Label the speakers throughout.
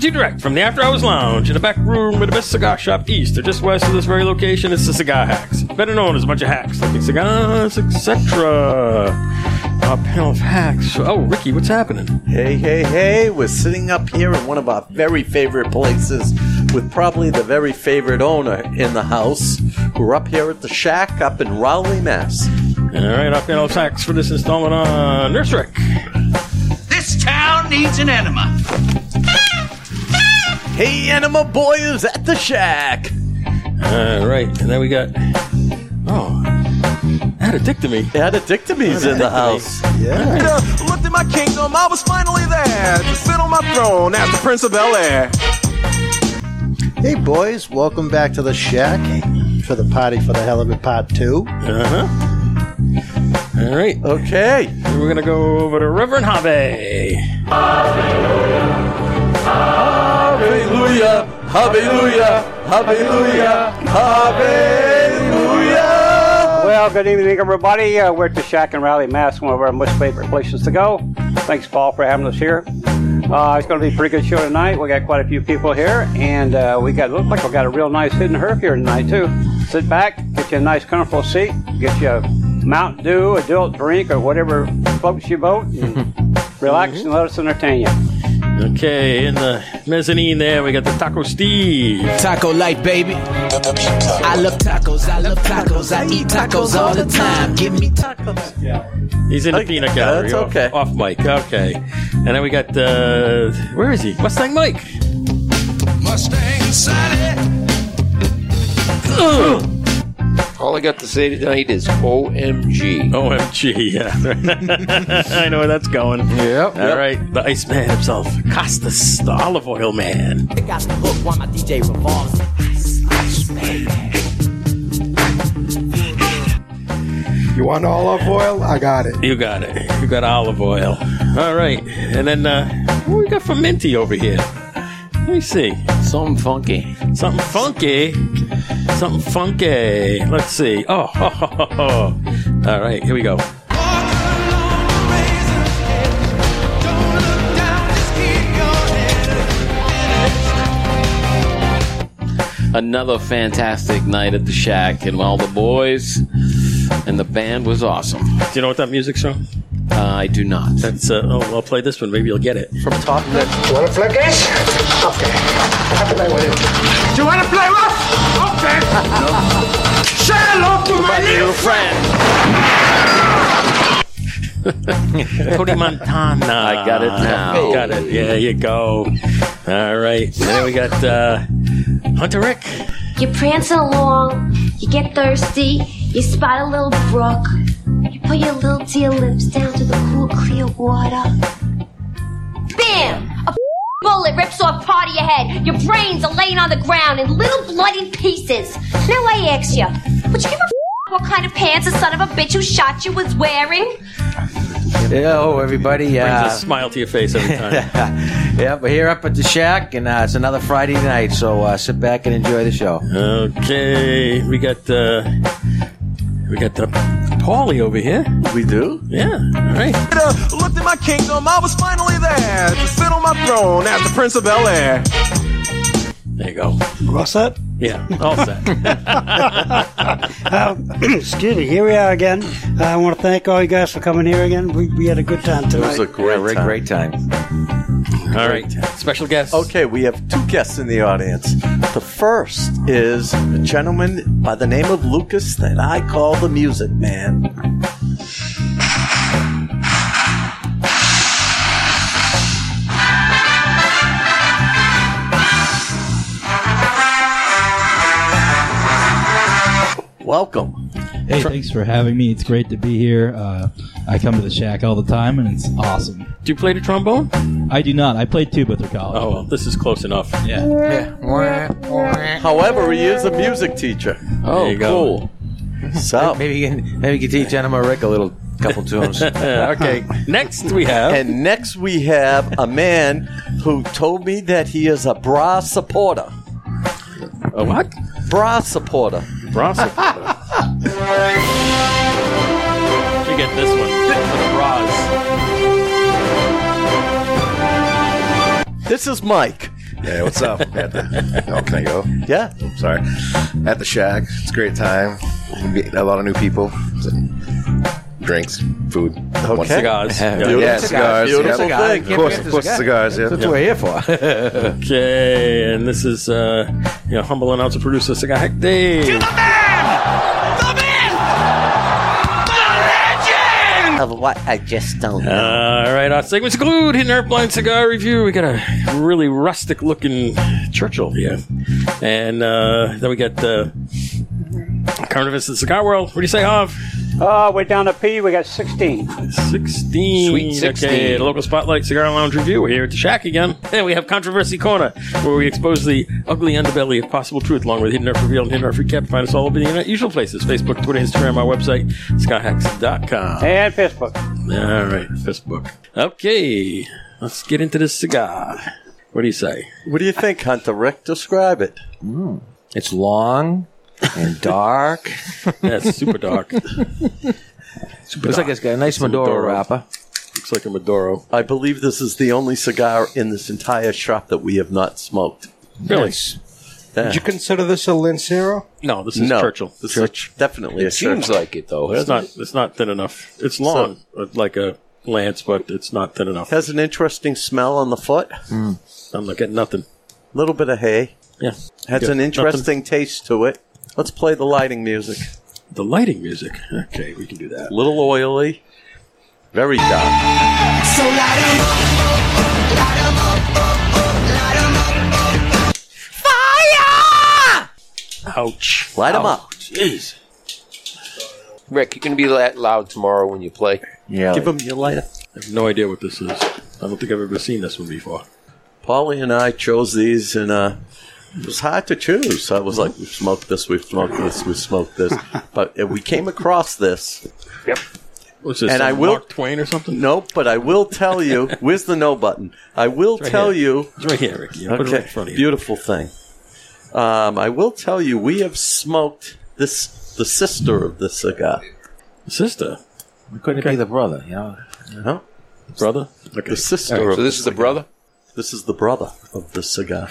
Speaker 1: direct from the After Hours Lounge in the back room of the best cigar shop east or just west of this very location. It's the Cigar Hacks, better known as a bunch of hacks, like cigars, etc. Uh, Our panel of hacks. Oh, Ricky, what's happening?
Speaker 2: Hey, hey, hey, we're sitting up here in one of our very favorite places with probably the very favorite owner in the house. We're up here at the shack up in Raleigh, Mass.
Speaker 1: All right, our panel of hacks for this installment on Nurse Rick.
Speaker 3: This town needs an enema.
Speaker 2: Hey, Anima Boy is at the shack.
Speaker 1: All right, and then we got. Oh, addictomy.
Speaker 2: Addictomy's in the house.
Speaker 4: Just Uh, looked at my kingdom, I was finally there to sit on my throne as the Prince of Bel Air.
Speaker 5: Hey, boys, welcome back to the shack for the party for the hell of it, part two.
Speaker 1: Uh
Speaker 4: Uh-huh.
Speaker 1: huh. All right,
Speaker 2: Okay.
Speaker 1: we're gonna go over to Reverend Habe.
Speaker 2: Hallelujah, hallelujah, hallelujah, hallelujah.
Speaker 6: Well, good evening, everybody. Uh, we're at the Shack and Rally Mass, one of our most favorite places to go. Thanks, Paul, for having us here. Uh, it's going to be a pretty good show tonight. We got quite a few people here, and uh, we got look like we got a real nice hidden herb here tonight too. Sit back, get you a nice comfortable seat, get you a Mountain Dew, adult drink, or whatever floats your boat, and
Speaker 2: Mm-hmm.
Speaker 6: relax and let us entertain you.
Speaker 1: Okay, in the mezzanine there, we got the Taco Steve.
Speaker 7: Taco light, baby. I love tacos. I love tacos. I eat tacos all the time. Give me tacos.
Speaker 1: He's in the
Speaker 2: Okay,
Speaker 1: peanut gallery.
Speaker 2: that's
Speaker 1: off-
Speaker 2: okay.
Speaker 1: Off, mic, okay. And then we got, uh, where is he? Mustang Mike.
Speaker 4: Mustang Sally.
Speaker 8: All I got to say tonight is OMG.
Speaker 1: OMG, yeah. I know where that's going.
Speaker 8: Yep.
Speaker 1: All right, the Iceman himself, Costas, the olive oil man.
Speaker 7: I got the hook while my DJ revolves.
Speaker 9: You want olive oil? I got it.
Speaker 1: You got it. You got olive oil. All right, and then uh, what we got for Minty over here? Let me see.
Speaker 8: Something funky.
Speaker 1: Something funky. Something funky. Let's see. Oh, ho, ho, ho, ho. all right. Here we go.
Speaker 8: Another fantastic night at the shack, and all the boys and the band was awesome.
Speaker 1: Do you know what that music's from?
Speaker 8: Uh, I do not.
Speaker 1: That's uh, oh, I'll play this one. Maybe you'll get it.
Speaker 2: From Top Gun.
Speaker 9: Want to play games? Okay. I can play with you.
Speaker 4: Do you want to play rough? Okay. Say hello to my little friend.
Speaker 1: Cody Montana.
Speaker 8: I got it now.
Speaker 1: Got it. Yeah, you go. All right. And then we got uh, Hunter Rick.
Speaker 10: You prance along, you get thirsty, you spot a little brook, you put your little dear lips down to the cool, clear water. Bam! A bullet rips off part of your head. Your brains are laying on the ground in little bloody pieces. Now I ask you, would you give a what kind of pants the son of a bitch who shot you was wearing?
Speaker 11: oh,
Speaker 7: Yo, everybody.
Speaker 1: Brings
Speaker 7: Yeah.
Speaker 1: a smile to your face every time.
Speaker 7: yeah, we're here up at the shack, and uh, it's another Friday night, so uh, sit back and enjoy the show.
Speaker 1: okay. We got uh, we got uh, Paulie over here.
Speaker 2: We do?
Speaker 1: Yeah. All right.
Speaker 4: uh, Looked at my kingdom, I was finally there to sit on my throne as the Prince of Bel Air.
Speaker 1: There you go.
Speaker 6: All set?
Speaker 1: Yeah. All set.
Speaker 12: Uh,
Speaker 6: Excuse me. Here we are again. I want to thank all you guys for coming here again. We, we had a good time
Speaker 2: It was a
Speaker 7: Yeah,
Speaker 2: great,
Speaker 7: we're a
Speaker 2: time.
Speaker 7: great time.
Speaker 1: All right. Special guest.
Speaker 2: Okay, we have two guests in the audience. The first is a gentleman by the name of Lucas that I call the Music Man. Welcome.
Speaker 13: Hey, thanks for having me. It's great to be here. Uh, I come to the shack all the time, and it's awesome.
Speaker 1: Do you play the trombone?
Speaker 13: I do not. I played tuba through college.
Speaker 1: Oh, well, this is close enough.
Speaker 13: yeah.
Speaker 2: However, he is a music teacher.
Speaker 8: Oh,
Speaker 1: There you go.
Speaker 8: cool.
Speaker 2: So,
Speaker 7: Maybe you can maybe you can teach Enema Rick a little couple tunes.
Speaker 2: okay.
Speaker 1: Next we have.
Speaker 2: And next we have a man who told me that he is a bra supporter.
Speaker 1: a what?
Speaker 2: Bra supporter.
Speaker 1: Bras. you get this one. With bras.
Speaker 2: This is Mike.
Speaker 14: Hey, what's up? At the, oh, can I go?
Speaker 2: Yeah.
Speaker 14: Sorry. At the shack. It's a great time. We get a lot of new people. Drinks, food,
Speaker 2: Okay. Cigars.
Speaker 14: Yeah,
Speaker 2: Beautiful
Speaker 14: yeah,
Speaker 2: cigars.
Speaker 14: cigars.
Speaker 2: Beautiful
Speaker 14: yeah.
Speaker 2: thing.
Speaker 14: Of course, of course, cigars. Yeah.
Speaker 1: okay, and this is uh, your humble announcer producer, Cigar Hack Dave.
Speaker 15: Of what I just don't know.
Speaker 1: All right, our segment's glued. Hidden Earth Blind Cigar Review. We got a really rustic looking Churchill here. And uh, then we got uh, current events in the cigar world. What do you say, Hav?
Speaker 6: Uh, we're down to P. We got 16.
Speaker 1: 16.
Speaker 6: Sweet 16.
Speaker 1: Okay, the local spotlight cigar lounge review. We're here at the shack again. And we have Controversy Corner, where we expose the ugly underbelly of possible truth, along with Hidden Earth Revealed and Hidden Earth Recap. Find us all over the internet, usual places Facebook, Twitter, Instagram, our website, skyhacks.com.
Speaker 6: And Facebook.
Speaker 1: All right, Facebook. Okay, let's get into this cigar. What do you say?
Speaker 2: What do you think, Hunter Rick? Describe it.
Speaker 16: It's long and dark.
Speaker 1: yeah, it's super dark.
Speaker 16: Looks like it's got a nice Maduro wrapper.
Speaker 1: Looks like a Maduro.
Speaker 2: I believe this is the only cigar in this entire shop that we have not smoked.
Speaker 1: Really?
Speaker 16: Nice. Did you consider this a Lancero?
Speaker 1: No, Oh, this is
Speaker 2: No,
Speaker 1: Churchill.
Speaker 2: this is definitely a Churchill.
Speaker 1: It's not. It's not thin enough. It's long, uh, like a lance, but it's not thin enough.
Speaker 2: Has an interesting smell on the foot.
Speaker 16: Hmm.
Speaker 1: I'm not getting nothing.
Speaker 2: A little bit of hay.
Speaker 1: Yeah.
Speaker 2: Has
Speaker 1: Yeah,
Speaker 2: an interesting taste to it. Let's play the lighting music.
Speaker 1: The lighting music. Okay, we can do that.
Speaker 2: Little oily. Very dark.
Speaker 7: So light 'em up, light 'em up, light 'em up. Fire!
Speaker 1: Ouch.
Speaker 16: Light 'em
Speaker 1: up.
Speaker 16: Jeez. Rick, you're going to be that loud tomorrow when you play.
Speaker 2: Yeah. Give him your lighter.
Speaker 1: I have no idea what this is. I don't think I've ever seen this one before.
Speaker 2: Polly and I chose these, and uh, it was hard to choose. I was like, we've smoked this, we've smoked this, we've smoked this. but uh, we came across this.
Speaker 1: Yep. What's this?
Speaker 2: and
Speaker 1: some
Speaker 2: I will.
Speaker 1: Mark Twain or something?
Speaker 2: Nope, but I will tell you. where's the no button? I will
Speaker 1: It's right
Speaker 2: tell
Speaker 1: here.
Speaker 2: you.
Speaker 1: It's right here, Ricky. I
Speaker 2: okay,
Speaker 1: put it right in front of you.
Speaker 2: beautiful thing. Um, I will tell you. We have smoked this. The sister of the cigar.
Speaker 1: Sister.
Speaker 16: Couldn't it be the brother? You know.
Speaker 2: No.
Speaker 1: Brother.
Speaker 2: The sister.
Speaker 16: All right,
Speaker 2: of
Speaker 16: so this is the
Speaker 2: cigar.
Speaker 16: brother?
Speaker 2: This is the brother of the cigar.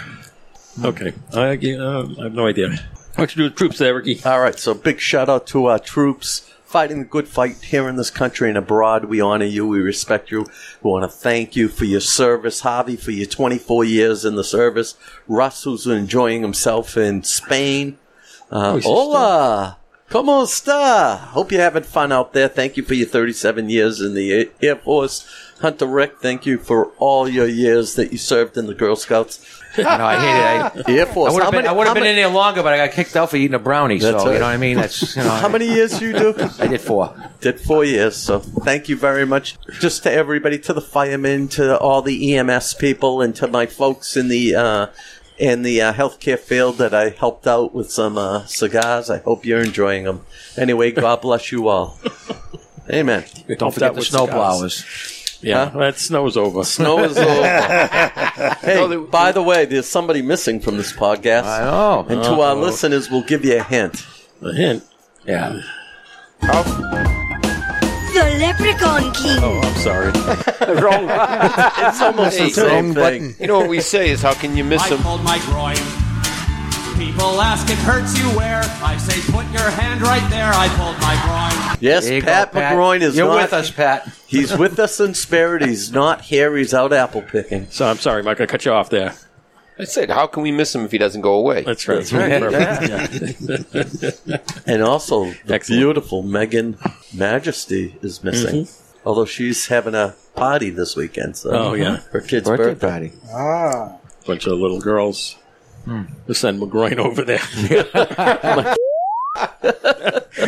Speaker 1: Okay. I, uh, I have no idea. What you do with troops there, Ricky?
Speaker 2: All right. So big shout out to our troops fighting the good fight here in this country and abroad. We honor you. We respect you. We want to thank you for your service, Javi, for your 24 years in the service. Russ, who's enjoying himself in Spain.
Speaker 16: Oh,
Speaker 2: Uh,
Speaker 16: he's
Speaker 2: hola. ¿Cómo está? Hope you're having fun out there. Thank you for your 37 years in the Air- Air Force. Hunter Rick, thank you for all your years that you served in the Girl Scouts.
Speaker 16: no, I hate it. I,
Speaker 2: Air Force.
Speaker 16: I would
Speaker 2: How
Speaker 16: have been,
Speaker 2: many-
Speaker 16: I would've
Speaker 2: how
Speaker 16: been
Speaker 2: many-
Speaker 16: in there longer, but I got kicked out for eating a brownie.
Speaker 2: That's
Speaker 16: so
Speaker 2: right.
Speaker 16: you know what I mean. That's you know.
Speaker 2: How many years you do?
Speaker 16: I did four.
Speaker 2: Did four years. So thank you very much. Just to everybody, to the firemen, to all the EMS people, and to my folks in the uh, in the uh, healthcare field that I helped out with some uh, cigars. I hope you're enjoying them. Anyway, God bless you all. Amen.
Speaker 16: Don't forget the snowblowers.
Speaker 1: Yeah, that snow is over.
Speaker 2: Snow is over. hey, by the way, there's somebody missing from this podcast. I
Speaker 16: know.
Speaker 2: And to our
Speaker 1: Uh-oh.
Speaker 2: listeners, we'll give you a hint.
Speaker 1: A hint?
Speaker 16: Yeah.
Speaker 10: The Leprechaun King.
Speaker 1: Oh, I'm sorry.
Speaker 6: Wrong.
Speaker 2: it's almost the same thing.
Speaker 17: You know what we say is, how can you miss
Speaker 18: I
Speaker 17: them?
Speaker 18: pulled my groin. People ask it hurts you where. I say put your hand right there. I pulled my groin.
Speaker 2: Yes,
Speaker 18: There you go,
Speaker 2: Pat,
Speaker 18: Pat.
Speaker 2: McGroin is
Speaker 18: You're
Speaker 2: not-
Speaker 18: with us,
Speaker 16: Pat.
Speaker 2: He's with us in spirit. He's not here. He's out apple picking.
Speaker 1: So I'm sorry, Mike. I cut you off there.
Speaker 17: I said, how can we miss him if he doesn't go away?
Speaker 1: That's right.
Speaker 2: Perfect. and also, the beautiful Megan Majesty is missing. Although she's having a party this weekend. So
Speaker 1: Mm-hmm. Oh, yeah.
Speaker 2: Her kid's
Speaker 1: Birthday
Speaker 2: birthday,
Speaker 1: party.
Speaker 16: Ah.
Speaker 1: Bunch of little girls. Let's send McGroin over there.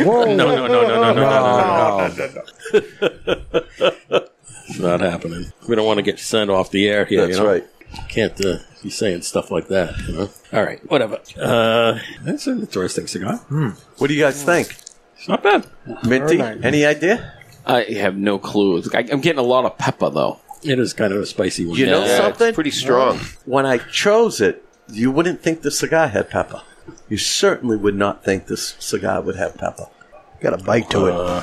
Speaker 1: no, no, no, no, no, no, no, no, no, no, no. It's not happening. We don't want to get sent off the air here.
Speaker 2: That's
Speaker 1: you know?
Speaker 2: right.
Speaker 1: Can't uh, be saying stuff like that. You know? All right, whatever. Uh, that's an interesting cigar.
Speaker 2: What do you guys think?
Speaker 1: It's not bad.
Speaker 2: Minty, any idea?
Speaker 8: I have no clue. It's- I, I'm getting a lot of pepper though.
Speaker 1: It is kind of a spicy one.
Speaker 2: You know
Speaker 8: Yeah, it's
Speaker 2: something?
Speaker 8: pretty strong.
Speaker 2: When I chose it, you wouldn't think the cigar had pepper. You certainly would not think this cigar would have pepper. Got a bite to it.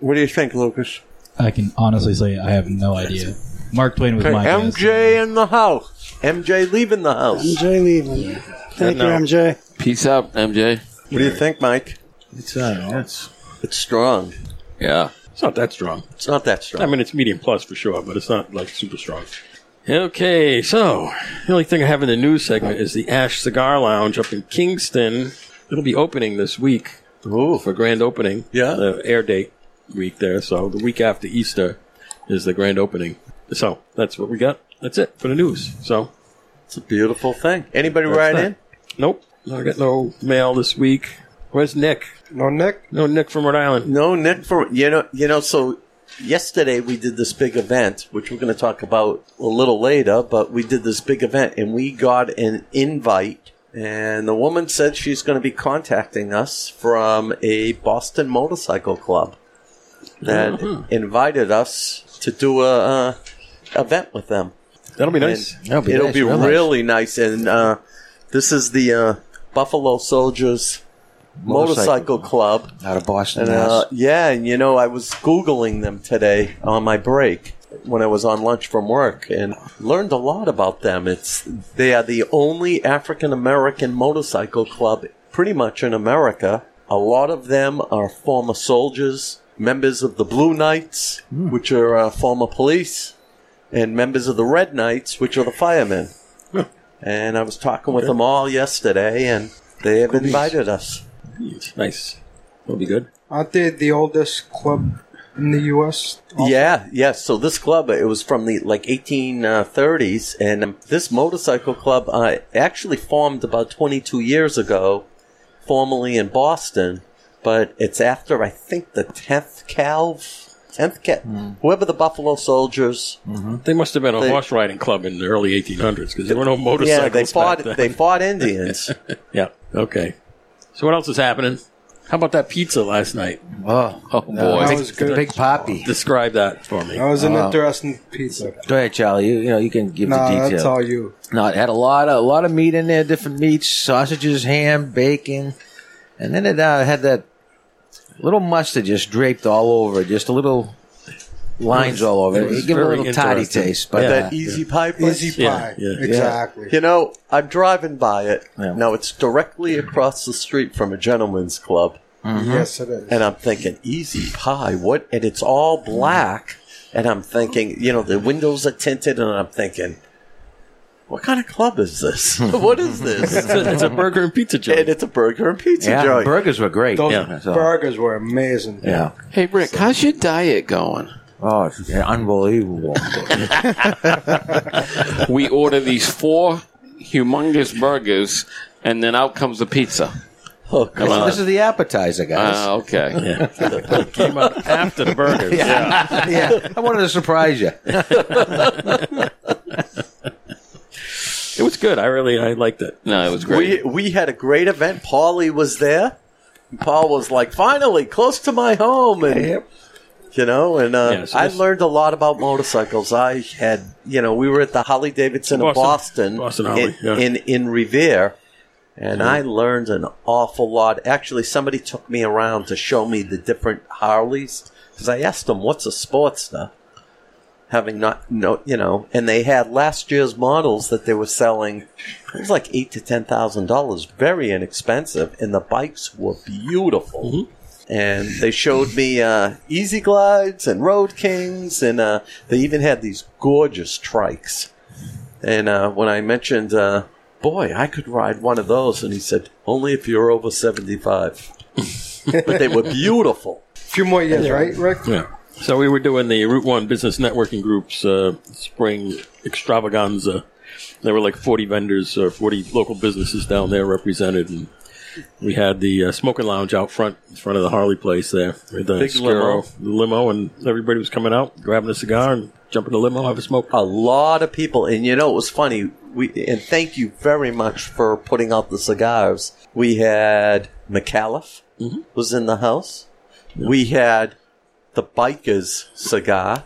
Speaker 2: what do you think, Lucas?
Speaker 13: I can honestly say I have no idea. Mark Twain was
Speaker 2: Okay,
Speaker 13: my guess.
Speaker 2: MJ in the house. MJ leaving the house.
Speaker 11: MJ leaving. Thank you, MJ.
Speaker 8: Peace out, MJ.
Speaker 2: What do you think, Mike?
Speaker 5: It's uh, it's
Speaker 2: it's strong.
Speaker 8: Yeah.
Speaker 1: It's not that strong.
Speaker 2: It's not that strong.
Speaker 1: I mean, it's medium plus for sure, but it's not like super strong. Okay, so the only thing I have in the news segment is the Ash Cigar Lounge up in Kingston. It'll be opening this week for grand opening. Yeah, the air date week there. So the week after Easter is the grand opening. So that's what we got. That's it for the news. So
Speaker 2: it's a beautiful thing. Anybody
Speaker 1: That's
Speaker 2: ride
Speaker 1: that.
Speaker 2: in?
Speaker 1: Nope, I got no mail this week. Where's Nick?
Speaker 2: No Nick.
Speaker 1: No Nick from Rhode Island.
Speaker 2: No Nick from you know you know so. Yesterday we did this big event, which we're going to talk about a little later. But we did this big event, and we got an invite. And the woman said she's going to be contacting us from a Boston motorcycle club that
Speaker 1: Mhm.
Speaker 2: invited us to do a uh, event with them.
Speaker 1: That'll be nice.
Speaker 2: And
Speaker 1: That'll be
Speaker 2: it'll
Speaker 1: nice,
Speaker 2: be
Speaker 1: real nice.
Speaker 2: really nice. And uh, this is the uh, Buffalo Soldiers Motorcycle,
Speaker 14: Motorcycle.
Speaker 2: Club.
Speaker 14: Out of Boston,
Speaker 2: And,
Speaker 14: Mass.
Speaker 2: uh, yeah, and you know, I was Googling them today on my break when I was on lunch from work and learned a lot about them. It's They are the only African American motorcycle club pretty much in America. A lot of them are former soldiers, members of the Blue Knights,
Speaker 1: Hmm.
Speaker 2: which are uh, former police, and members of the Red Knights, which are the firemen. And I was talking with
Speaker 1: Okay.
Speaker 2: them all yesterday, and they have
Speaker 1: Cool beans.
Speaker 2: invited us.
Speaker 1: Nice. That'll be good.
Speaker 19: Aren't they the oldest club in the U.S.?
Speaker 2: Yeah, yeah. So this club, it was from the like 1830s, and um, this motorcycle club uh, actually formed about 22 years ago, formerly in Boston, but it's after I think the 10th Calv, 10th Calv, whoever the Buffalo Soldiers.
Speaker 1: Hmm. Mm-hmm. They must have been a
Speaker 2: They-
Speaker 1: horse riding club in the early 1800s because there were no motorcycles.
Speaker 2: Yeah, they
Speaker 1: Back
Speaker 2: fought.
Speaker 1: then.
Speaker 2: They fought Indians.
Speaker 1: yeah. Okay. So what else is happening? How about that pizza last night?
Speaker 11: Oh,
Speaker 1: oh
Speaker 11: boy. that was good. Big
Speaker 1: poppy. Describe that for me.
Speaker 19: That was an
Speaker 11: Uh,
Speaker 2: Oh.
Speaker 19: interesting pizza.
Speaker 11: Go ahead, Charlie. You, you know you can give
Speaker 19: Nah,
Speaker 11: the detail.
Speaker 19: that's all you.
Speaker 11: No, it had a lot of a lot of meat in there, different meats, sausages, ham, bacon, and then it uh, had that little mustard just draped all over, it, just a little lines all over.
Speaker 2: It
Speaker 11: It,
Speaker 2: was
Speaker 11: it gave it a
Speaker 2: very
Speaker 11: little toddy
Speaker 2: interesting.
Speaker 11: taste, but
Speaker 2: Yeah.
Speaker 11: uh,
Speaker 2: that easy pie, place?
Speaker 11: Easy pie, Yeah, yeah. exactly.
Speaker 2: You know, I'm driving by it
Speaker 11: Yeah.
Speaker 2: now. It's directly across the street from a gentleman's club.
Speaker 11: Mm-hmm.
Speaker 19: Yes, it is.
Speaker 2: And I'm thinking, easy pie, what? And it's all black. And I'm thinking, you know, the windows are tinted, and I'm thinking, what kind of club is this? what is this?
Speaker 1: It's a- it's a burger and pizza joint.
Speaker 2: And it's a burger and pizza
Speaker 11: yeah,
Speaker 2: joint.
Speaker 11: burgers were great.
Speaker 19: Those
Speaker 11: yeah, so-
Speaker 19: burgers were amazing.
Speaker 11: yeah.
Speaker 8: Hey, Rick, how's your diet going?
Speaker 11: Oh, it's unbelievable.
Speaker 8: we order these four humongous burgers, and then out comes the pizza.
Speaker 2: Oh,
Speaker 11: this, this is the appetizer, guys.
Speaker 8: Ah, okay.
Speaker 1: Came out after the burgers.
Speaker 11: yeah. yeah. I wanted to surprise you.
Speaker 1: It was good. I really I liked it.
Speaker 8: No, it was great.
Speaker 2: We we had a great event. Paulie was there. Paul was like, finally, close to my home, and you know, and uh,
Speaker 1: Yeah, so
Speaker 2: I
Speaker 1: this-
Speaker 2: learned a lot about motorcycles. I had, you know, we were at the Holly Davidson of
Speaker 1: Boston- Boston
Speaker 2: Boston, in,
Speaker 1: Holly, yeah.
Speaker 2: in in Revere, and
Speaker 1: Yeah.
Speaker 2: I learned an awful lot. Actually, somebody took me around to show me the different Harleys because I asked them, "What's a Sportster?" having not no you know and they had last year's models that they were selling it was like eight to ten thousand dollars very inexpensive and the bikes were beautiful and they showed me uh, easy glides and road kings and uh, they even had these gorgeous trikes and uh, when i mentioned uh, boy i could ride one of those and he said only if you're over 75 but they were beautiful
Speaker 19: A few more years, right, Rick?
Speaker 1: Yeah. So we were doing the Route One Business Networking Group's uh, spring extravaganza. There were like 40 vendors or 40 local businesses down there represented, and we had the uh, smoking lounge out front, in front of the Harley place there. We had the
Speaker 2: Big limo.
Speaker 1: Scaro- the limo, and everybody was coming out, grabbing a cigar, and jumping the limo, have a smoke.
Speaker 2: a lot of people and you know it was funny we and thank you very much for putting out the cigars we had mcallif
Speaker 1: Mm-hmm.
Speaker 2: was in the house we had the bikers cigar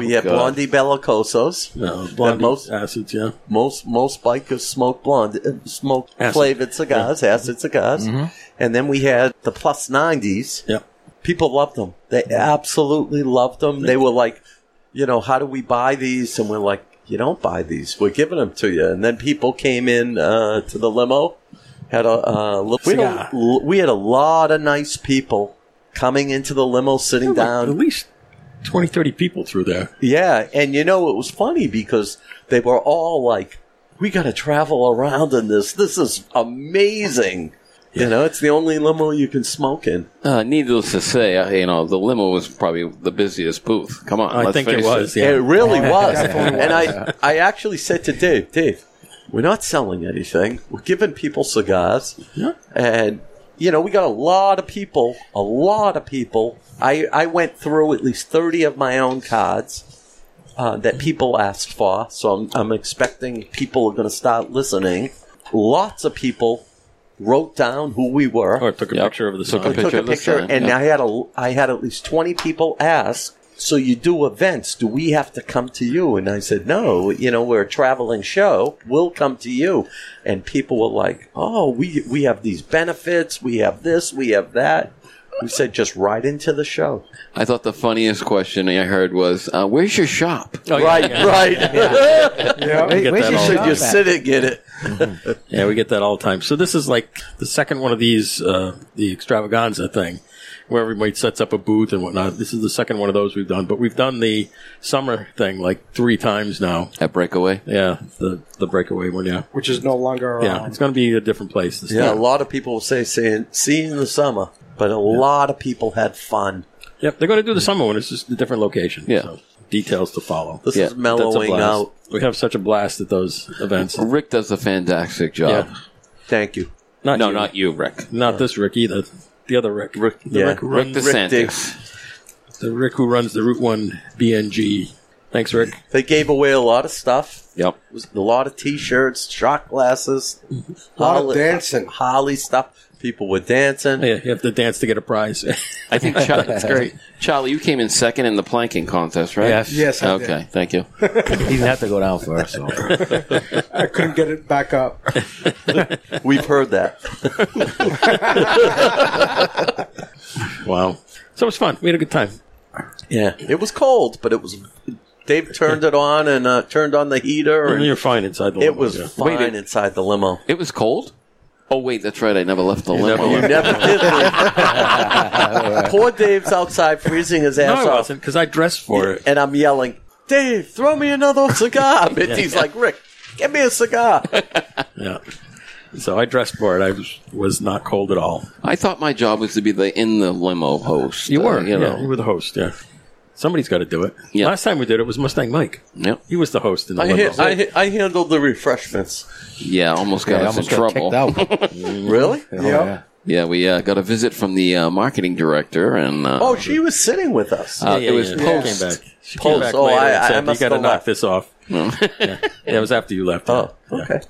Speaker 2: we had
Speaker 1: God.
Speaker 2: blondie bellicosos
Speaker 1: No,
Speaker 2: That
Speaker 1: blondie
Speaker 2: most
Speaker 1: acids, yeah.
Speaker 2: most most bikers smoke blonde uh, smoke
Speaker 1: Acid. Mm-hmm.
Speaker 2: flavored cigars acid cigars and then we had the plus 90s
Speaker 1: Yep.
Speaker 2: people loved them they absolutely loved them they were like you know how do we buy these and we're like you don't buy these. We're giving them to you. And then people came in uh, to the limo. Had a uh, li- we, had a- we had a lot of nice people coming into the limo, sitting down. At
Speaker 1: least 20, 30 people through there.
Speaker 2: Yeah, and you know it was funny because they were all like, "We got to travel around in this. This is amazing." You know, it's the only limo you can smoke in.
Speaker 8: Uh, needless to say, uh, you know the limo was probably the busiest booth. Come on, let's face
Speaker 2: It really was. and I, I actually said to Dave, Dave, we're not selling anything. We're giving people cigars. And, you know, we got a lot of people, a lot of people. I, I went through at least 30 of my own cards. Uh, that people asked for, so I'm, I'm expecting people are going to start listening. Lots of people wrote down who we were. Or
Speaker 1: Oh, took a picture of the
Speaker 2: I
Speaker 1: sign.
Speaker 2: took a picture, and I had a I had at least twenty people ask. So you do events? Do we have to come to you? And I said, no. You know, we're a traveling show. We'll come to you. And people were like, oh, we we have these benefits. We have this. We have that. We said, just right into the show.
Speaker 8: I thought the funniest question I heard was, uh, "Where's your shop?"
Speaker 1: Oh,
Speaker 2: right, right.
Speaker 8: Oh, Yeah.
Speaker 2: We
Speaker 8: Wait,
Speaker 2: get
Speaker 8: where's
Speaker 2: that
Speaker 8: your
Speaker 2: all-
Speaker 8: shop
Speaker 2: you
Speaker 8: at?
Speaker 2: sit and get it.
Speaker 1: yeah, we get that all the time. So this is like the second one of these, uh, the extravaganza thing, where everybody sets up a booth and whatnot. This is the second one of those we've done, but we've done the summer thing like three times now.
Speaker 8: At Breakaway,
Speaker 1: yeah, the the Breakaway one, yeah,
Speaker 19: which is no longer
Speaker 1: yeah,
Speaker 19: around.
Speaker 1: it's going to be a different place. This
Speaker 2: Yeah, a
Speaker 1: time.
Speaker 2: lot of people say saying see you in the summer, but a lot of people had fun.
Speaker 1: Yep, they're going to do the summer one. It's just a different location. Yeah. So details to follow.
Speaker 2: This
Speaker 8: Yeah.
Speaker 2: is
Speaker 1: That's a
Speaker 2: mellowing
Speaker 1: blast.
Speaker 2: out.
Speaker 1: We have such a blast at those events.
Speaker 8: Rick does a fantastic job.
Speaker 2: Thank you.
Speaker 1: Not
Speaker 8: no,
Speaker 1: you.
Speaker 8: not you, Rick.
Speaker 1: Not this Rick either. The other Rick. Rick, the
Speaker 8: yeah.
Speaker 1: Rick, who
Speaker 8: Rick
Speaker 1: runs-
Speaker 8: DeSantis.
Speaker 1: Diggs. The Rick who runs the Route 1 BNG. Thanks, Rick.
Speaker 2: They gave away a lot of stuff.
Speaker 8: Yep.
Speaker 2: It was a lot of T-shirts, shot glasses,
Speaker 1: A lot of
Speaker 2: dancing, Holly stuff. People were dancing.
Speaker 1: Yeah, you have to dance to get a prize.
Speaker 8: I think Char- that's great. Charlie, you came in second in the planking contest, right?
Speaker 19: Yes. Yes, I did.
Speaker 8: okay, thank you.
Speaker 11: He didn't have to go down for us. So.
Speaker 19: I couldn't get it back up.
Speaker 2: We've heard that.
Speaker 1: wow. So it was fun. We had a good time.
Speaker 2: Yeah, it was cold, but it was. Dave turned it on and uh, turned on the heater. And
Speaker 1: And you're fine inside the
Speaker 2: It
Speaker 1: limo,
Speaker 2: was
Speaker 1: yeah.
Speaker 2: fine
Speaker 8: Wait, it-
Speaker 2: inside the limo.
Speaker 8: It was cold. Oh wait, that's right. I never left the limo.
Speaker 2: You never did. leave. Poor Dave's outside freezing his
Speaker 1: No,
Speaker 2: ass
Speaker 1: I
Speaker 2: off.
Speaker 1: wasn't, because I dressed for it.
Speaker 2: And I'm yelling, Dave, throw me another cigar.
Speaker 1: Yeah.
Speaker 2: Mitzi's like, Rick, give me a cigar.
Speaker 1: Yeah. So I dressed for it. I was, was not cold at all.
Speaker 8: I thought my job was to be the in the limo host.
Speaker 1: You
Speaker 8: uh,
Speaker 1: were.
Speaker 8: you
Speaker 1: yeah,
Speaker 8: know.
Speaker 1: you were the host, yeah. Somebody's got to do it. Last time we did it was Mustang Mike.
Speaker 8: Yep.
Speaker 1: He was the host in the
Speaker 2: I,
Speaker 1: limo.
Speaker 2: ha- I, ha- I handled the refreshments.
Speaker 8: Yeah, almost got
Speaker 2: Yeah,
Speaker 8: us
Speaker 2: almost
Speaker 8: in
Speaker 2: got Oh,
Speaker 8: trouble.
Speaker 2: really?
Speaker 8: yeah. we uh, got a visit from the uh, marketing director, and uh,
Speaker 2: Oh, she was sitting with us.
Speaker 8: Uh, it was post.
Speaker 1: Came back. She
Speaker 2: Post.
Speaker 1: came back
Speaker 2: Oh,
Speaker 1: later
Speaker 2: I-
Speaker 1: and
Speaker 2: I
Speaker 1: said,
Speaker 2: must
Speaker 1: you got to
Speaker 2: have
Speaker 1: knock
Speaker 2: left."
Speaker 1: this off. yeah. Yeah, it was after you left. Oh,
Speaker 2: okay.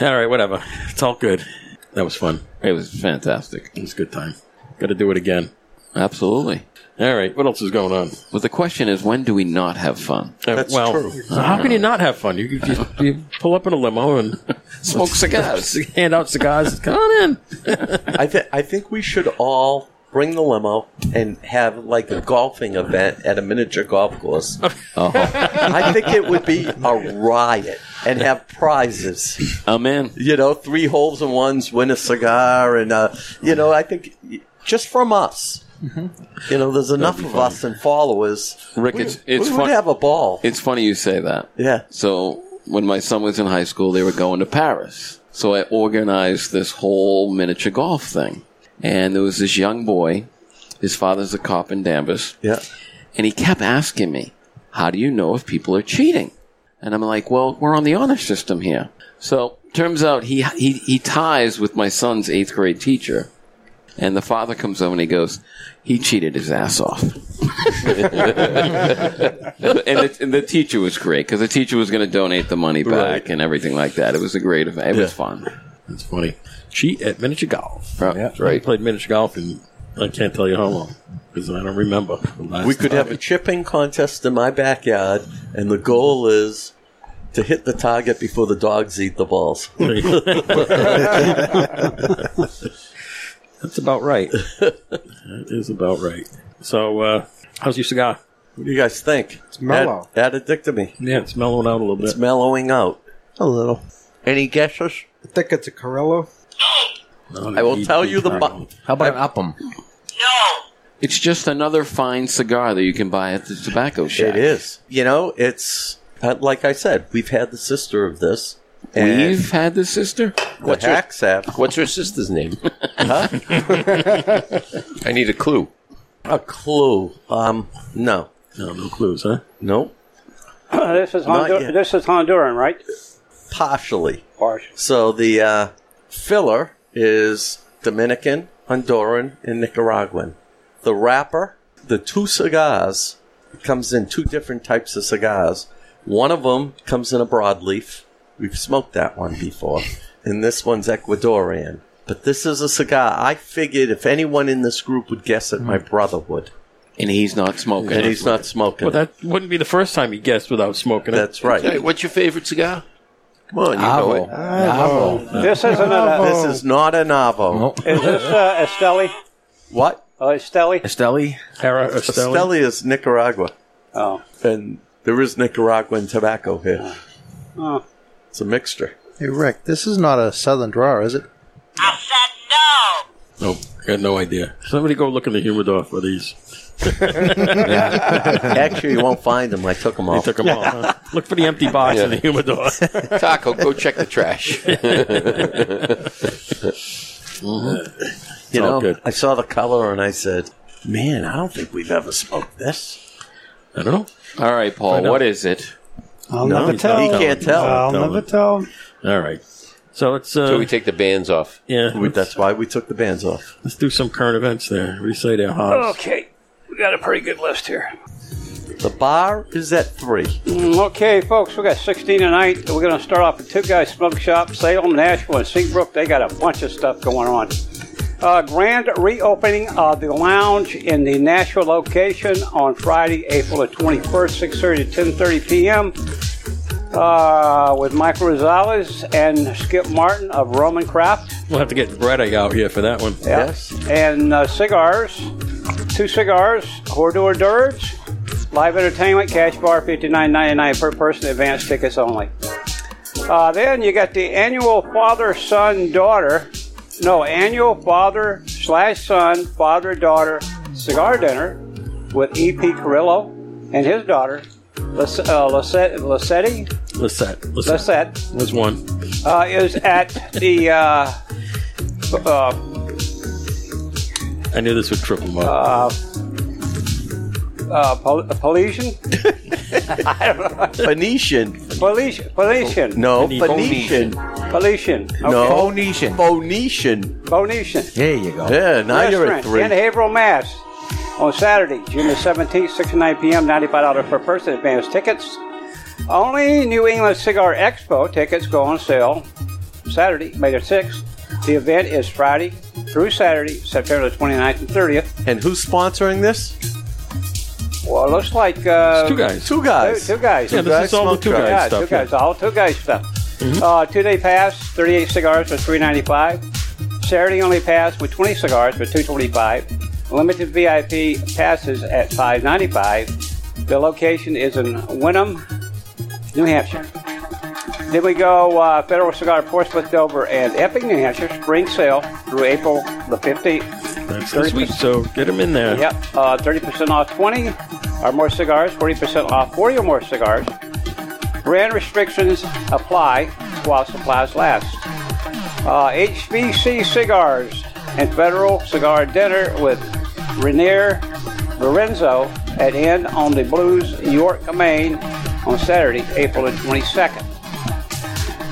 Speaker 1: All right, whatever. It's all good. That was fun.
Speaker 8: It was fantastic.
Speaker 1: It was a good time. Got to do it again.
Speaker 8: Absolutely.
Speaker 1: All right, what else is going on?
Speaker 8: Well, the question is, when do we not have fun?
Speaker 1: Uh, well, so how can you not have fun? You, you, you pull up in a limo and
Speaker 8: Smoke cigars.
Speaker 1: hand out cigars. Come on in.
Speaker 2: I, th- I think we should all bring the limo and have like a golfing event at a miniature golf course.
Speaker 8: Oh.
Speaker 2: I think it would be a riot and have prizes.
Speaker 8: I'm in.
Speaker 2: You know, three holes in ones, win a cigar, and uh, you know, I think just from us. You know, there's enough of us and followers.
Speaker 8: Rick,
Speaker 2: we,
Speaker 8: it's it's
Speaker 2: we would
Speaker 8: fun-
Speaker 2: have a ball.
Speaker 8: It's funny you say that.
Speaker 2: Yeah.
Speaker 8: So when my son was in high school, they were going to Paris. So I organized this whole miniature golf thing, and there was this young boy. His father's a cop in Danvers.
Speaker 2: Yeah.
Speaker 8: And he kept asking me, "How do you know if people are cheating?" And I'm like, "Well, we're on the honor system here." So turns out he he, he ties with my son's eighth grade teacher. And the father comes over and he goes, he cheated his ass off. and, the, and the teacher was great because the teacher was going to donate the money back
Speaker 1: Right.
Speaker 8: and everything like that. It was a great event. It was
Speaker 1: Yeah.
Speaker 8: fun. Oh,
Speaker 1: It's funny. Cheat at miniature golf.
Speaker 8: Right. Yeah.
Speaker 1: I played miniature golf and I can't tell you how long because I don't remember. the last
Speaker 2: we could
Speaker 1: time.
Speaker 2: have a chipping contest in my backyard, and the goal is to hit the target before the dogs eat the balls.
Speaker 1: That's about right. that is about right. So, uh, how's your cigar?
Speaker 2: What do you guys think? It's
Speaker 19: mellow.
Speaker 2: That, that addicted me.
Speaker 1: Yeah, it's mellowing out a little bit.
Speaker 2: It's mellowing out.
Speaker 5: A little.
Speaker 2: Any guesses?
Speaker 19: I think it's a Corello.
Speaker 2: I will tell you the. Bu-
Speaker 8: How about an Upham? No. It's just another fine cigar that you can buy at the tobacco shack.
Speaker 2: It is. You know, it's uh, like I said. We've had the sister of this. and
Speaker 8: We've had the sister.
Speaker 2: the hacks have.
Speaker 17: What's her sister's name?
Speaker 2: Huh?
Speaker 17: I need a clue.
Speaker 2: A clue? Um, no,
Speaker 1: no, no clues, huh?
Speaker 2: Nope.
Speaker 6: this is
Speaker 2: Not
Speaker 6: Hondur-
Speaker 2: yet.
Speaker 6: this is Honduran, right?
Speaker 2: Partially. So the uh, filler is Dominican, Honduran, and Nicaraguan. The wrapper, the two cigars, comes in two different types of cigars. One of them comes in a broadleaf. We've smoked that one before. And this one's Ecuadorian. But this is a cigar. I figured if anyone in this group would guess it, my brother would.
Speaker 8: And he's not smoking.
Speaker 2: And he's not smoking.
Speaker 1: Well, that wouldn't be the first time he guessed without smoking it.
Speaker 2: That's right.
Speaker 17: Hey, what's your favorite cigar? Come on, you know it.
Speaker 6: This isn't an, uh,
Speaker 2: This is not a novel.
Speaker 6: Is this uh, Esteli?
Speaker 2: What?
Speaker 6: Oh, Esteli?
Speaker 11: Esteli?
Speaker 1: Hera
Speaker 2: Esteli? is Nicaragua.
Speaker 6: Oh.
Speaker 2: And there is Nicaraguan tobacco here.
Speaker 6: Oh.
Speaker 2: It's a mixture.
Speaker 5: Hey, Rick, this is not a southern draw, is it?
Speaker 1: Nope. I got no idea. Somebody go look in the humidor for these.
Speaker 2: Actually, you won't find them. I took them all.
Speaker 1: They took them all. huh? Look for the empty box in the humidor.
Speaker 17: Taco, go check the trash.
Speaker 1: Mm-hmm.
Speaker 2: You
Speaker 1: all
Speaker 2: know,
Speaker 1: good.
Speaker 2: I saw the color and I said, man, I don't think we've ever smoked this.
Speaker 1: I don't know.
Speaker 8: All right, Paul.
Speaker 1: Find out.
Speaker 8: What is it?
Speaker 19: I'll
Speaker 1: No,
Speaker 19: never
Speaker 1: he's
Speaker 19: tell.
Speaker 1: not telling.
Speaker 2: can't tell.
Speaker 19: I'll
Speaker 1: Telling.
Speaker 19: never tell.
Speaker 1: All right. So it's uh,
Speaker 17: so we take the bands off.
Speaker 1: yeah.
Speaker 2: We-
Speaker 1: Let's,
Speaker 2: That's why we took the bands off.
Speaker 1: let's do some current events there. What do you say there, Hobbs?
Speaker 6: Okay, we got a pretty good list here.
Speaker 2: Oh. The bar is at three.
Speaker 6: Mm, Okay, folks, we got 16 tonight. We're going to start off with Two Guys Smoke Shop, Salem, Nashville, and Seabrook. They got a bunch of stuff going on. Uh, grand reopening of the lounge in the Nashville location on Friday, April the 21st, 6:30 to 10:30 p.m. Uh, with Mike Rosales and Skip Martin of Roman Craft.
Speaker 1: We'll have to get Brady out here for that one.
Speaker 6: Yeah. And uh, cigars, two cigars, Hordor Dirge, live entertainment, cash bar, fifty nine ninety nine per person, advance tickets only. Uh, then you got the annual father son daughter, no annual father slash son father daughter cigar dinner with E.P. Carrillo and his daughter, Lis- uh, Lisette, Lisetti,
Speaker 1: Lisette. Lisette.
Speaker 6: Lisette
Speaker 1: There's one.
Speaker 6: uh, is at the uh, uh,
Speaker 1: I knew this would trip him up.
Speaker 6: uh, uh, Pol- Polynesian?
Speaker 2: Phoenician.
Speaker 6: Polynesian. Polynesian.
Speaker 2: No,
Speaker 1: Phoenician.
Speaker 2: Phoenician.
Speaker 6: Polynesian. Okay.
Speaker 2: No.
Speaker 11: Phoenician.
Speaker 2: Phoenician.
Speaker 6: Polynesian.
Speaker 11: There you go.
Speaker 2: Yeah, now you're at
Speaker 6: Restaurant
Speaker 2: three.
Speaker 6: In Haverhill, Mass. On Saturday, June the 17th, 6 to 9 p.m., $95 per person, advance tickets. Only New England Cigar Expo tickets go on sale Saturday, May the 6th. The event is Friday through Saturday, September the 29th and 30th.
Speaker 2: And who's sponsoring this?
Speaker 6: Well, it looks like. Uh,
Speaker 1: It's two guys.
Speaker 2: Two guys.
Speaker 6: Two, two guys.
Speaker 1: Yeah, this is all the two
Speaker 2: smoke
Speaker 1: guys
Speaker 6: yeah,
Speaker 1: stuff. Mm-hmm.
Speaker 6: two guys, all two guys stuff. Uh, two day pass, thirty eight cigars for three ninety five. Saturday only pass with twenty cigars for two twenty five. Limited VIP passes at five ninety five. The location is in Wynnum, New Hampshire. Then we go uh, Federal Cigar Portsmouth, Dover, and Epping, New Hampshire. Spring sale through April the fifteenth.
Speaker 1: Yeah. That's this week, so get him in there.
Speaker 6: Yep, uh, 30% off 20 or more cigars, 40% off 40 or more cigars. Brand restrictions apply while supplies last. Uh, HBC Cigars and Federal Cigar Dinner with Rainier Lorenzo at Inn on the Blues York Maine on Saturday, April the 22nd.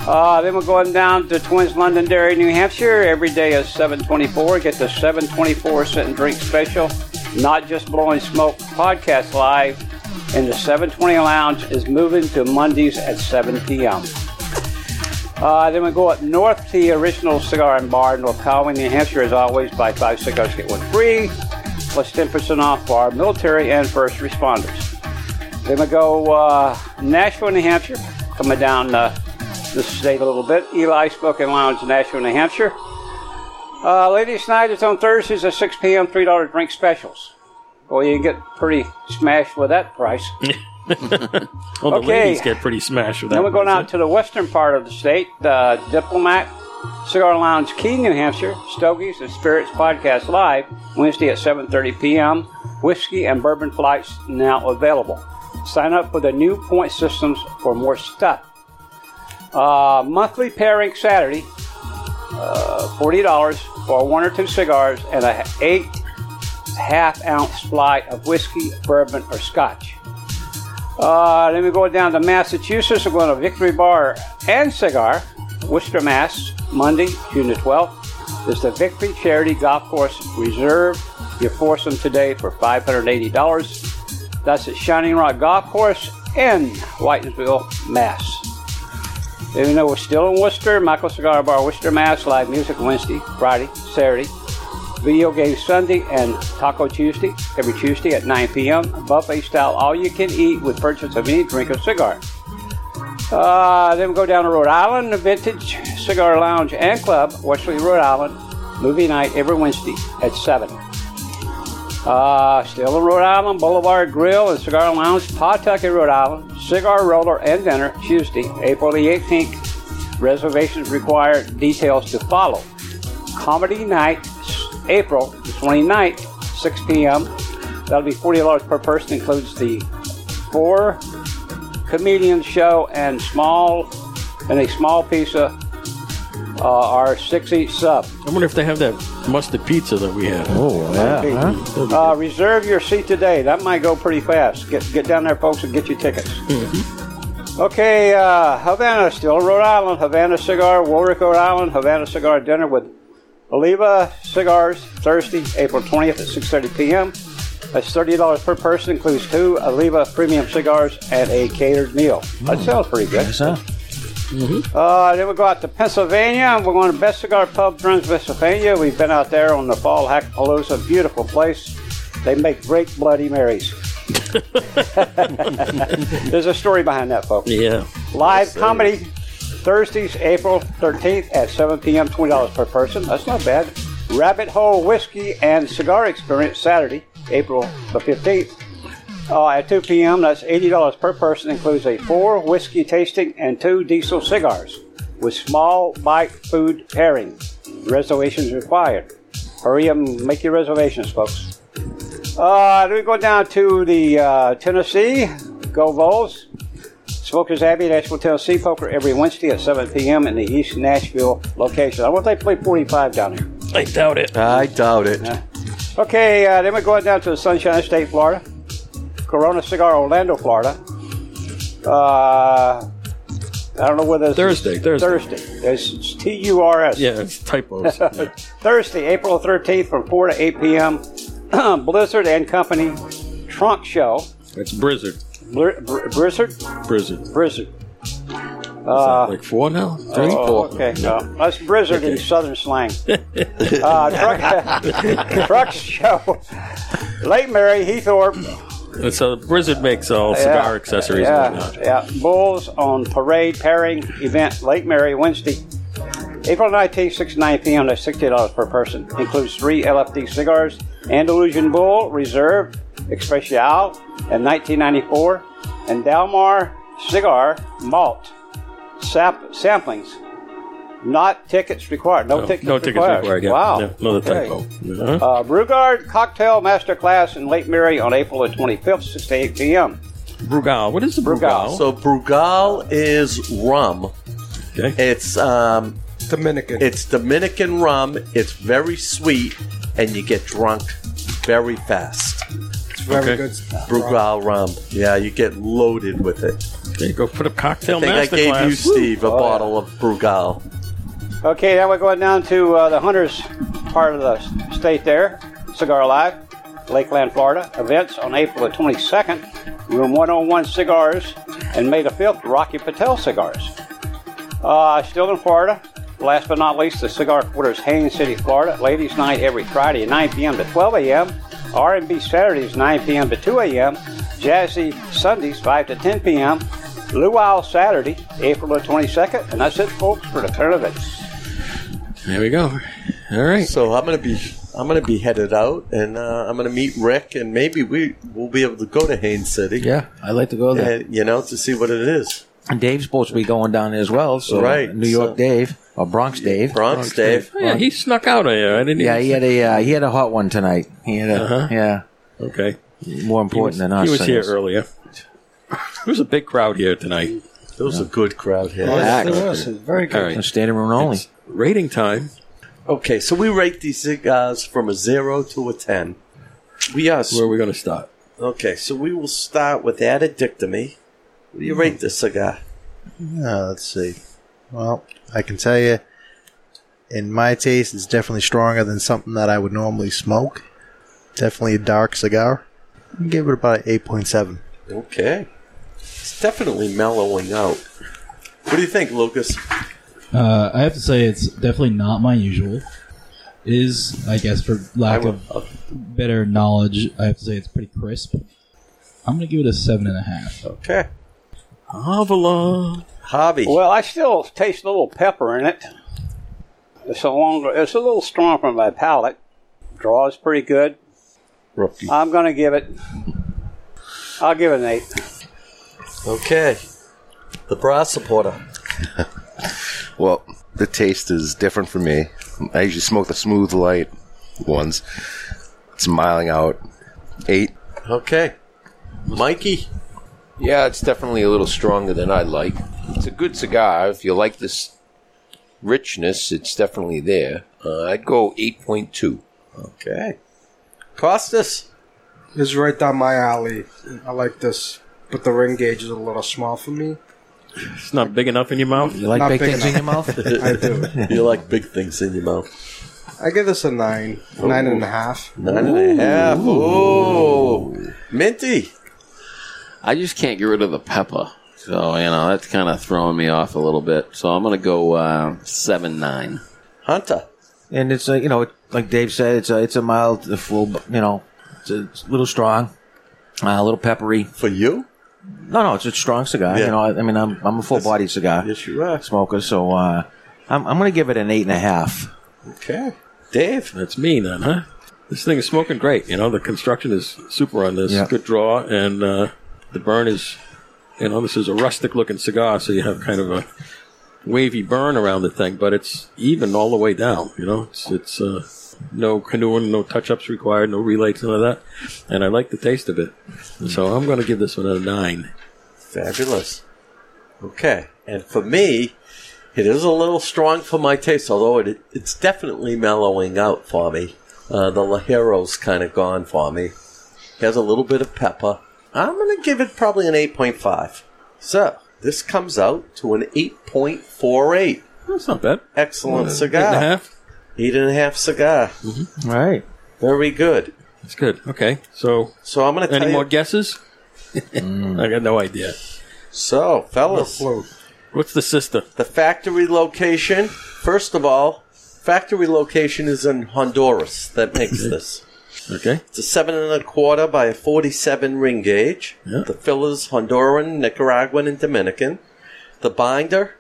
Speaker 6: Uh, then we're going down to Twins Londonderry, New Hampshire. Every day is 724. Get the 724 sit and drink special. Not just blowing smoke podcast live. And the 720 Lounge is moving to Mondays at 7 p.m. Uh, then we go up north to the original cigar and bar in North Conway, New Hampshire. As always, buy five cigars, get one free, plus 10% off for our military and first responders. Then we go uh, Nashville, New Hampshire. Coming down uh, the state a little bit. Eli Smoking Lounge, Nashville, New Hampshire. Uh, ladies' night is on Thursdays at 6 p.m. $3 drink specials. Well, you can get pretty smashed with that price.
Speaker 1: Well, Oh, the
Speaker 6: Okay.
Speaker 1: ladies get pretty smashed with that.
Speaker 6: Then we're going out to the western part of the state, the Diplomat Cigar Lounge, Keene, New Hampshire. Stogies and Spirits podcast live Wednesday at 7:30 p.m. Whiskey and bourbon flights now available. Sign up for the new point systems for more stuff. Uh, monthly pairing Saturday, uh, forty dollars for one or two cigars and a eight half ounce flight of whiskey, bourbon, or scotch. Uh, then we go down to Massachusetts. We're going to Victory Bar and Cigar, Worcester, Mass. Monday, June the 12th. It's the Victory Charity Golf Course Reserve. You force them today for $580. That's at Shining Rock Golf Course in Whitensville, Mass. Even though we're still in Worcester, Michael Cigar Bar, Worcester, Mass. Live music Wednesday, Friday, Saturday. Video game Sunday and Taco Tuesday, every Tuesday at 9 p.m. Buffet style, all you can eat with purchase of any drink or cigar. Uh, then we go down to Rhode Island, the Vintage Cigar Lounge and Club, Wesley, Rhode Island. Movie night every Wednesday at 7. Uh, still in Rhode Island, Boulevard Grill and Cigar Lounge, Pawtucket, Rhode Island. Cigar roller and dinner Tuesday, April the 18th. Reservations required. Details to follow. Comedy night, April the 29th, 6 p.m. That'll be $40 per person, includes the four comedian show and small and a small pizza uh, are six each sub.
Speaker 1: I wonder if they have that mustard pizza that we had. Oh,
Speaker 6: yeah, Uh, reserve your seat today. That might go pretty fast. Get get down there, folks, and get your tickets. Okay, uh, Havana, still Rhode Island. Havana Cigar, Warwick, Rhode Island. Havana Cigar Dinner with Oliva Cigars, Thursday, April 20th at 6.30 p.m. That's $30 per person, includes two Oliva Premium Cigars and a catered meal. That sounds pretty good. Uh, then we go out to Pennsylvania. We're going to Best Cigar Pub, Brunswick, Pennsylvania. We've been out there on the fall Hackapalooza. Beautiful place. They make great Bloody Marys. There's a story behind that, folks.
Speaker 1: Yeah.
Speaker 6: Live comedy Thursdays, April 13th at 7 p.m. $20 per person. That's not bad. Rabbit Hole Whiskey and Cigar Experience Saturday, April the 15th. Uh, at 2 p.m., that's $80 per person, includes a four whiskey tasting and two diesel cigars with small bite food pairing. Reservations required. Hurry up and make your reservations, folks. Uh, then we go down to the uh, Tennessee, Go Vols. Smokers Abbey, Nashville, Tennessee, poker every Wednesday at 7 p.m. in the East Nashville location. I wonder if they play 45 down there.
Speaker 1: I doubt it.
Speaker 2: I doubt it.
Speaker 6: Okay, uh, then we're going down to the Sunshine State, Florida. Corona Cigar, Orlando, Florida. Uh, I don't know whether it's
Speaker 1: Thursday, Thursday.
Speaker 6: Thursday. It's T U R S.
Speaker 1: Yeah, it's typos.
Speaker 6: Thursday, April 13th from 4 to 8 p.m. Blizzard and Company Trunk Show.
Speaker 1: It's Blizzard.
Speaker 6: Blir- Br- Blizzard?
Speaker 1: Blizzard.
Speaker 6: Blizzard.
Speaker 1: Uh, like four now? Three?
Speaker 6: Oh,
Speaker 1: Four.
Speaker 6: okay. No, that's Blizzard in Southern slang. uh, truck, truck show. Late Mary, Heathorpe.
Speaker 1: And so Blizzard makes all cigar accessories
Speaker 6: Yeah,
Speaker 1: and whatnot.
Speaker 6: yeah. Bulls on parade pairing event Lake Mary Wednesday, April 19th, 6 9 p.m. That's sixty dollars per person. Includes three LFD cigars, Andalusian Bull Reserve Especial, and 1994, and Dalmar Cigar Malt sap- samplings. Not tickets required. No, tickets
Speaker 1: no tickets
Speaker 6: required.
Speaker 1: required, yeah.
Speaker 6: Wow.
Speaker 1: Yeah, another
Speaker 6: Okay.
Speaker 1: typo. Uh-huh.
Speaker 6: Uh, Brugard Cocktail Masterclass in Lake Mary on April the 25th, 6 to 8 p.m.
Speaker 1: Brugal. What is the Brugal?
Speaker 2: So Brugal is rum. It's um, Dominican. It's Dominican rum. It's very sweet, and you get drunk very fast. It's
Speaker 19: very Okay. good stuff.
Speaker 2: Brugal rum. Yeah, you get loaded with it.
Speaker 1: There you go. Put a cocktail.
Speaker 2: I think I gave you,
Speaker 1: masterclass.
Speaker 2: Steve, a
Speaker 1: Woo. Oh,
Speaker 2: bottle of Brugal.
Speaker 6: Okay, now we're going down to uh, the Hunters part of the s- state there, Cigar Live, Lakeland, Florida. Events on April the 22nd, Room 101 Cigars, and May the 5th, Rocky Patel Cigars. Uh, still in Florida. Last but not least, the Cigar Quarters, Haines City, Florida. Ladies' night every Friday, 9 p.m. to 12 a.m. R&B Saturdays, 9 p.m. to 2 a.m. Jazzy Sundays, 5 to 10 p.m. Luau Saturday, April the 22nd. And that's it, folks, for the tournament.
Speaker 1: There we go.
Speaker 8: All right.
Speaker 2: So I'm gonna be I'm gonna be headed out, and uh, I'm gonna meet Rick, and maybe we will be able to go to Haines City.
Speaker 11: Yeah, I'd like to go there.
Speaker 2: And, you know, to see what it is.
Speaker 11: And Dave's supposed to be going down there as well. So
Speaker 2: Right,
Speaker 11: New York
Speaker 2: so-
Speaker 11: Dave or Bronx Dave.
Speaker 2: Bronx Dave.
Speaker 1: Oh, yeah, he snuck out of here. I didn't.
Speaker 11: Yeah,
Speaker 1: even
Speaker 11: he had a uh, he had a hot one tonight. He had a
Speaker 1: Uh-huh.
Speaker 11: yeah.
Speaker 1: Okay.
Speaker 11: More important than us.
Speaker 1: He was
Speaker 11: I
Speaker 1: here
Speaker 11: guess.
Speaker 1: earlier. There was a big crowd here tonight.
Speaker 2: There was a good crowd here.
Speaker 11: Packed.
Speaker 5: very
Speaker 1: good. All right.
Speaker 11: Standing room only.
Speaker 1: Rating time.
Speaker 2: Okay, so we rate these cigars from a zero to a ten. We are.
Speaker 1: Where are we going to start?
Speaker 2: Okay, so we will start with addictomy. What do you rate this cigar?
Speaker 5: Uh, let's see. Well, I can tell you, in my taste, it's definitely stronger than something that I would normally smoke. Definitely a dark cigar. I'd Give it about eight point seven.
Speaker 2: Okay, it's definitely mellowing out. What do you think, Lucas?
Speaker 13: Uh, I have to say, it's definitely not my usual. It Is I guess for lack of better knowledge, I have to say it's pretty crisp. I'm gonna give it a seven and a half.
Speaker 2: Okay.
Speaker 1: Avalon.
Speaker 2: Hobby.
Speaker 6: Well, I still taste a little pepper in it. It's a longer. It's a little strong for my palate. Draw is pretty good.
Speaker 2: Rookie.
Speaker 6: I'm gonna give it. I'll give it an eight.
Speaker 2: Okay, the bra supporter.
Speaker 14: Well, the taste is different for me. I usually smoke the smooth light ones. It's miling out. Eight.
Speaker 2: Okay. Mikey.
Speaker 17: Yeah, it's definitely a little stronger than I like. It's a good cigar. If you like this richness, it's definitely there. Uh, I'd go 8.2.
Speaker 2: Okay. Costas.
Speaker 19: It's right down my alley. I like this, but the ring gauge is a little small for me.
Speaker 1: It's not big enough in your mouth. You
Speaker 19: like Not big big things in enough. your mouth? I do.
Speaker 2: You like big things in your mouth.
Speaker 19: I give this a nine, nine and a half.
Speaker 2: Nine and a half. Ooh. Minty.
Speaker 8: I just can't get rid of the pepper. So, you know, that's kind of throwing me off a little bit. So I'm going to go uh, 7 9.
Speaker 2: Hunter.
Speaker 11: And it's like you know, like Dave said, it's a it's a mild, a full, you know, it's a, it's a little strong, uh, a little peppery.
Speaker 2: For you?
Speaker 11: No, no, it's a strong cigar.
Speaker 2: Yeah.
Speaker 11: You know, I, I mean, I'm I'm a full body cigar.
Speaker 2: Yes, you are.
Speaker 11: smoker, so uh, I'm I'm going to give it an eight and a half.
Speaker 2: Okay. Dave.
Speaker 1: That's me then, huh? This thing is smoking great. You know, the construction is super on this.
Speaker 11: Yeah.
Speaker 1: Good draw, and uh, the burn is, you know, this is a rustic looking cigar, so you have kind of a wavy burn around the thing, but it's even all the way down. You know, it's, it's uh, no canoeing, no touch ups required, no relays, none of that. And I like the taste of it. So I'm going to give this one a nine.
Speaker 2: Fabulous. Okay. And for me, it is a little strong for my taste, although it it's definitely mellowing out for me. Uh, the Lajero's kind of gone for me. Has a little bit of pepper. I'm going to give it probably an 8.5. So, this comes out to an 8.48.
Speaker 1: That's not bad.
Speaker 2: Excellent
Speaker 1: Uh,
Speaker 2: cigar.
Speaker 1: Eight and a half. Mm-hmm.
Speaker 2: Eight and a half cigar.
Speaker 11: All right.
Speaker 2: Very good.
Speaker 1: That's good. Okay. So,
Speaker 2: so I'm going to
Speaker 1: any
Speaker 2: tell you- Mm.
Speaker 1: more guesses? I got no idea.
Speaker 2: So, fellas,
Speaker 1: what's the system?
Speaker 2: The factory location. First of all, factory location is in Honduras. That
Speaker 1: Mm-hmm.
Speaker 2: makes this.
Speaker 1: Okay.
Speaker 2: It's a seven and a quarter by a forty-seven ring gauge.
Speaker 1: Yeah.
Speaker 2: The fillers Honduran, Nicaraguan, and Dominican. The binder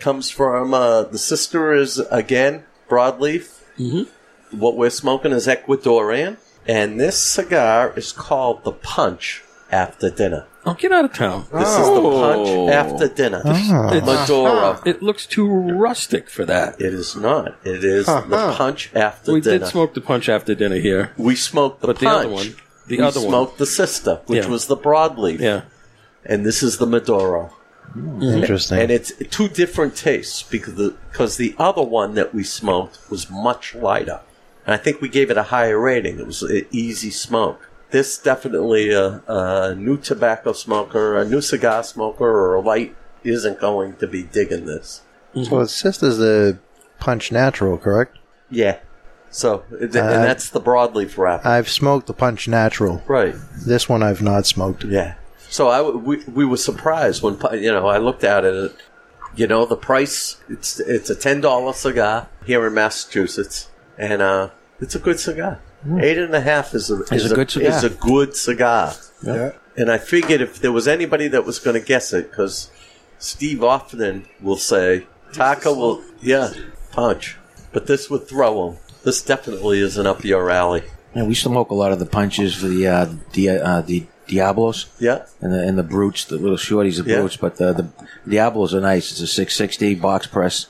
Speaker 2: comes from uh, the sister is again broadleaf. Mm-hmm. What we're smoking is Ecuadorian, and this cigar is called the Punch after dinner.
Speaker 1: Oh, get out of town.
Speaker 2: This is the punch after dinner. Maduro.
Speaker 1: Oh. It looks too rustic for that.
Speaker 2: It is not. It is the punch after
Speaker 1: we
Speaker 2: dinner.
Speaker 1: did smoke the punch after dinner here.
Speaker 2: we smoked the
Speaker 1: But
Speaker 2: punch.
Speaker 1: the other one- the
Speaker 2: we
Speaker 1: other one.
Speaker 2: smoked the sister, which
Speaker 1: Yeah.
Speaker 2: was the broadleaf.
Speaker 1: Yeah.
Speaker 2: And this is the Maduro.
Speaker 5: Hmm. Interesting.
Speaker 2: And it's two different tastes because the, because the other one that we smoked was much lighter. And I think we gave it a higher rating. It was an easy smoke. This definitely a, a new tobacco smoker, a new cigar smoker, or a light isn't going to be digging this.
Speaker 5: So it's just as the punch natural, correct?
Speaker 2: Yeah. So, and
Speaker 5: Uh,
Speaker 2: that's the broadleaf wrapper.
Speaker 5: I've smoked the punch natural.
Speaker 2: Right.
Speaker 5: This one I've not smoked.
Speaker 2: Yeah. So I w- we we were surprised when pu- you know I looked at it. You know the price. It's it's a ten dollar cigar here in Massachusetts, and uh, it's a good cigar. Eight and a half is a
Speaker 11: Hmm. Is a good cigar.
Speaker 2: Is a good cigar.
Speaker 11: Yeah.
Speaker 2: And I figured if there was anybody that was going to guess it, because Steve often will say Taka will yeah punch, but this would throw him. This definitely isn't up your alley.
Speaker 11: Yeah, we smoke a lot of the punches for the uh, Di- uh, Di- Diablos.
Speaker 2: Yeah.
Speaker 11: And the, and the brutes, the little shorties, the
Speaker 2: Yeah.
Speaker 11: brutes. But the, the Diablos are nice. It's a 660 box press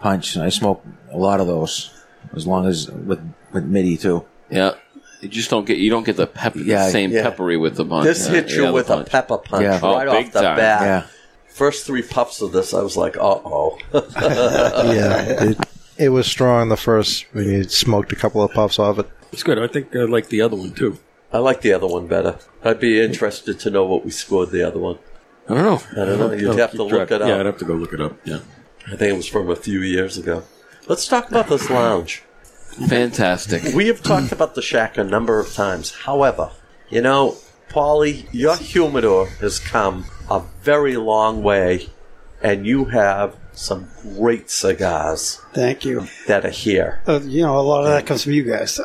Speaker 11: punch. And I smoke a lot of those, as long as with, with MIDI too.
Speaker 8: Yeah. You just don't get you don't get the pep
Speaker 11: Yeah,
Speaker 8: the same
Speaker 11: yeah.
Speaker 8: peppery with the punch.
Speaker 2: This
Speaker 8: Yeah,
Speaker 2: hits you
Speaker 8: yeah, the
Speaker 2: with
Speaker 8: punch.
Speaker 2: a pepper punch
Speaker 8: Yeah. Oh,
Speaker 2: right
Speaker 8: big
Speaker 2: off the
Speaker 8: time.
Speaker 2: bat.
Speaker 8: Yeah.
Speaker 2: First three puffs of this, I was like, uh oh.
Speaker 5: yeah, it, it was strong the first when you smoked a couple of puffs off it.
Speaker 1: It's good. I think I like the other one too.
Speaker 2: I like the other one better. I'd be interested to know what we scored the other one.
Speaker 8: I don't know.
Speaker 2: I don't know. You'd
Speaker 1: I'll
Speaker 2: have
Speaker 1: Oh, keep
Speaker 2: to look
Speaker 1: track.
Speaker 2: it up.
Speaker 1: Yeah, I'd have to go look it up. Yeah.
Speaker 2: I think it was from a few years ago. Let's talk about this lounge.
Speaker 8: Fantastic.
Speaker 2: We have talked about the shack a number of times. However, you know, Paulie, your humidor has come a very long way, and you have some great cigars
Speaker 12: Thank you.
Speaker 2: that are here.
Speaker 12: Uh, you know, a lot of that comes from you guys.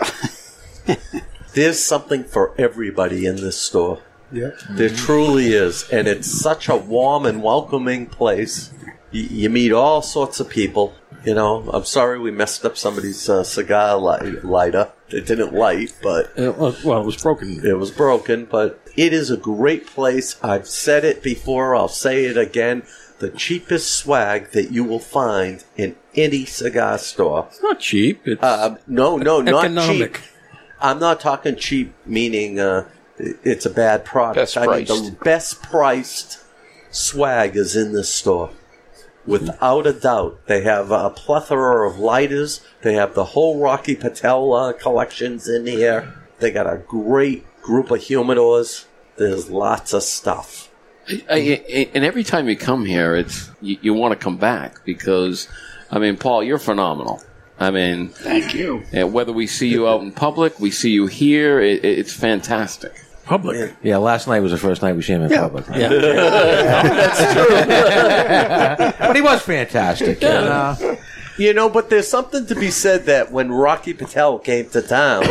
Speaker 2: There's something for everybody in this store.
Speaker 12: yeah.
Speaker 2: There truly is, and it's such a warm and welcoming place. You, you meet all sorts of people. You know, I'm sorry we messed up somebody's uh, cigar li- lighter. It didn't light, but
Speaker 1: well, it was broken.
Speaker 2: It was broken, but it is a great place. I've said it before. I'll say it again. The cheapest swag that you will find in any cigar store. It's
Speaker 1: not cheap. It's
Speaker 2: uh, no, no, not
Speaker 1: economic.
Speaker 2: cheap. I'm not talking cheap, meaning uh, it- it's a bad product.
Speaker 1: Best
Speaker 2: I mean, the
Speaker 1: priced.
Speaker 2: best priced swag is in this store. Without a doubt, they have a plethora of lighters. They have the whole Rocky Patel uh, collections in here. They got a great group of humidors. There's lots of stuff.
Speaker 8: I, I, and every time you come here, it's you, you want to come back because, I mean, Paul, you're phenomenal. I mean,
Speaker 12: thank you.
Speaker 8: And whether we see you out in public, we see you here. It, it's fantastic.
Speaker 1: Public.
Speaker 11: Yeah, last night was the first night we seen him in public.
Speaker 8: Yeah.
Speaker 11: That's true. but he was fantastic. you know.
Speaker 2: You know, but there's something to be said that when Rocky Patel came to town,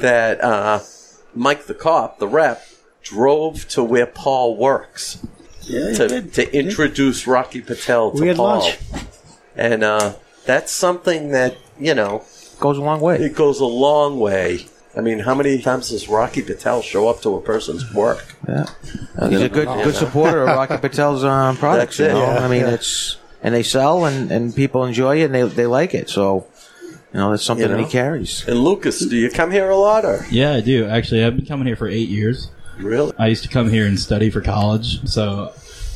Speaker 2: that uh, Mike the cop, the rep, drove to where Paul works
Speaker 12: Yeah, he
Speaker 2: to,
Speaker 12: did.
Speaker 2: to introduce Rocky Patel to
Speaker 12: We had
Speaker 2: Paul.
Speaker 12: lunch.
Speaker 2: And uh, that's something that, you know,
Speaker 11: goes a long way.
Speaker 2: It goes a long way. I mean, how many times does Rocky Patel show up to a person's work?
Speaker 11: Yeah. Uh, he's a good
Speaker 2: Yeah.
Speaker 11: good supporter of Rocky Patel's um, products.
Speaker 2: That's
Speaker 11: you
Speaker 2: it.
Speaker 11: know?
Speaker 2: Yeah.
Speaker 11: I mean,
Speaker 2: Yeah.
Speaker 11: it's and they sell and, and people enjoy it and they, they like it. So you know that's something
Speaker 2: You know?
Speaker 11: that he carries.
Speaker 2: And Lucas, do you come here a lot? Or?
Speaker 13: Yeah, I do. Actually, I've been coming here for eight years.
Speaker 2: Really?
Speaker 13: I used to come here and study for college, so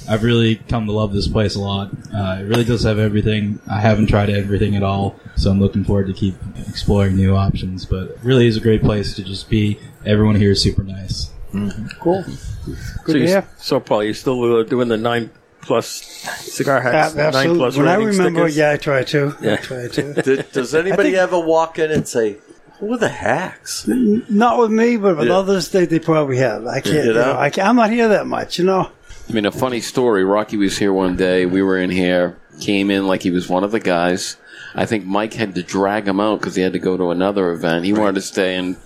Speaker 13: I've really come to love this place a lot. Uh, it really does have everything. I haven't tried everything at all, so I'm looking forward to keep exploring new options. But it really is a great place to just be. Everyone here is super nice.
Speaker 1: Mm-hmm.
Speaker 12: Cool. Good
Speaker 1: so
Speaker 12: to
Speaker 1: you-
Speaker 12: hear.
Speaker 1: So, Paul, you still uh, doing the nine plus cigar hacks?
Speaker 12: Ab- Uh, absolutely.
Speaker 1: Nine plus
Speaker 12: when I
Speaker 1: rating
Speaker 12: remember,
Speaker 1: stickers?
Speaker 12: yeah, I try to. I
Speaker 1: Yeah.
Speaker 12: try to.
Speaker 2: Does, does anybody
Speaker 12: I think-
Speaker 2: ever walk in and say, "Who are the hacks?"
Speaker 12: N- Not with me, but with
Speaker 8: Yeah.
Speaker 12: others, they, they probably have. I can't.
Speaker 8: You
Speaker 12: You
Speaker 8: know?
Speaker 12: know, I can't, I'm not here that much. You know.
Speaker 8: I mean, a funny story. Rocky was here one day. We were in here. Came in like he was one of the guys. I think Mike had to drag him out because he had to go to another event. He wanted to stay and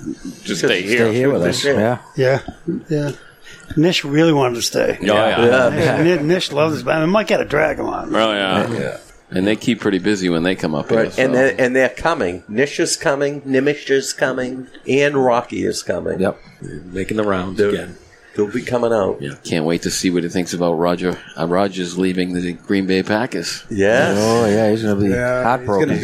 Speaker 8: just stay here.
Speaker 11: Stay here with us. Yeah.
Speaker 12: Yeah. Yeah. Nish really wanted to stay.
Speaker 8: Oh, yeah. Yeah.
Speaker 12: Nish, Nish loves this band. I might gotta drag him on.
Speaker 8: Oh yeah. And they keep pretty busy when they come up here.
Speaker 2: Right,
Speaker 8: so.
Speaker 2: and they're, and they're coming. Nish is coming. Nimish is coming, and Rocky is coming.
Speaker 11: Yep,
Speaker 1: making the rounds again.
Speaker 2: They'll be coming out.
Speaker 8: Yeah, can't wait to see what he thinks about Roger. Uh, Roger's leaving the Green Bay Packers.
Speaker 2: Yes.
Speaker 11: Oh yeah, he's gonna be heartbroken.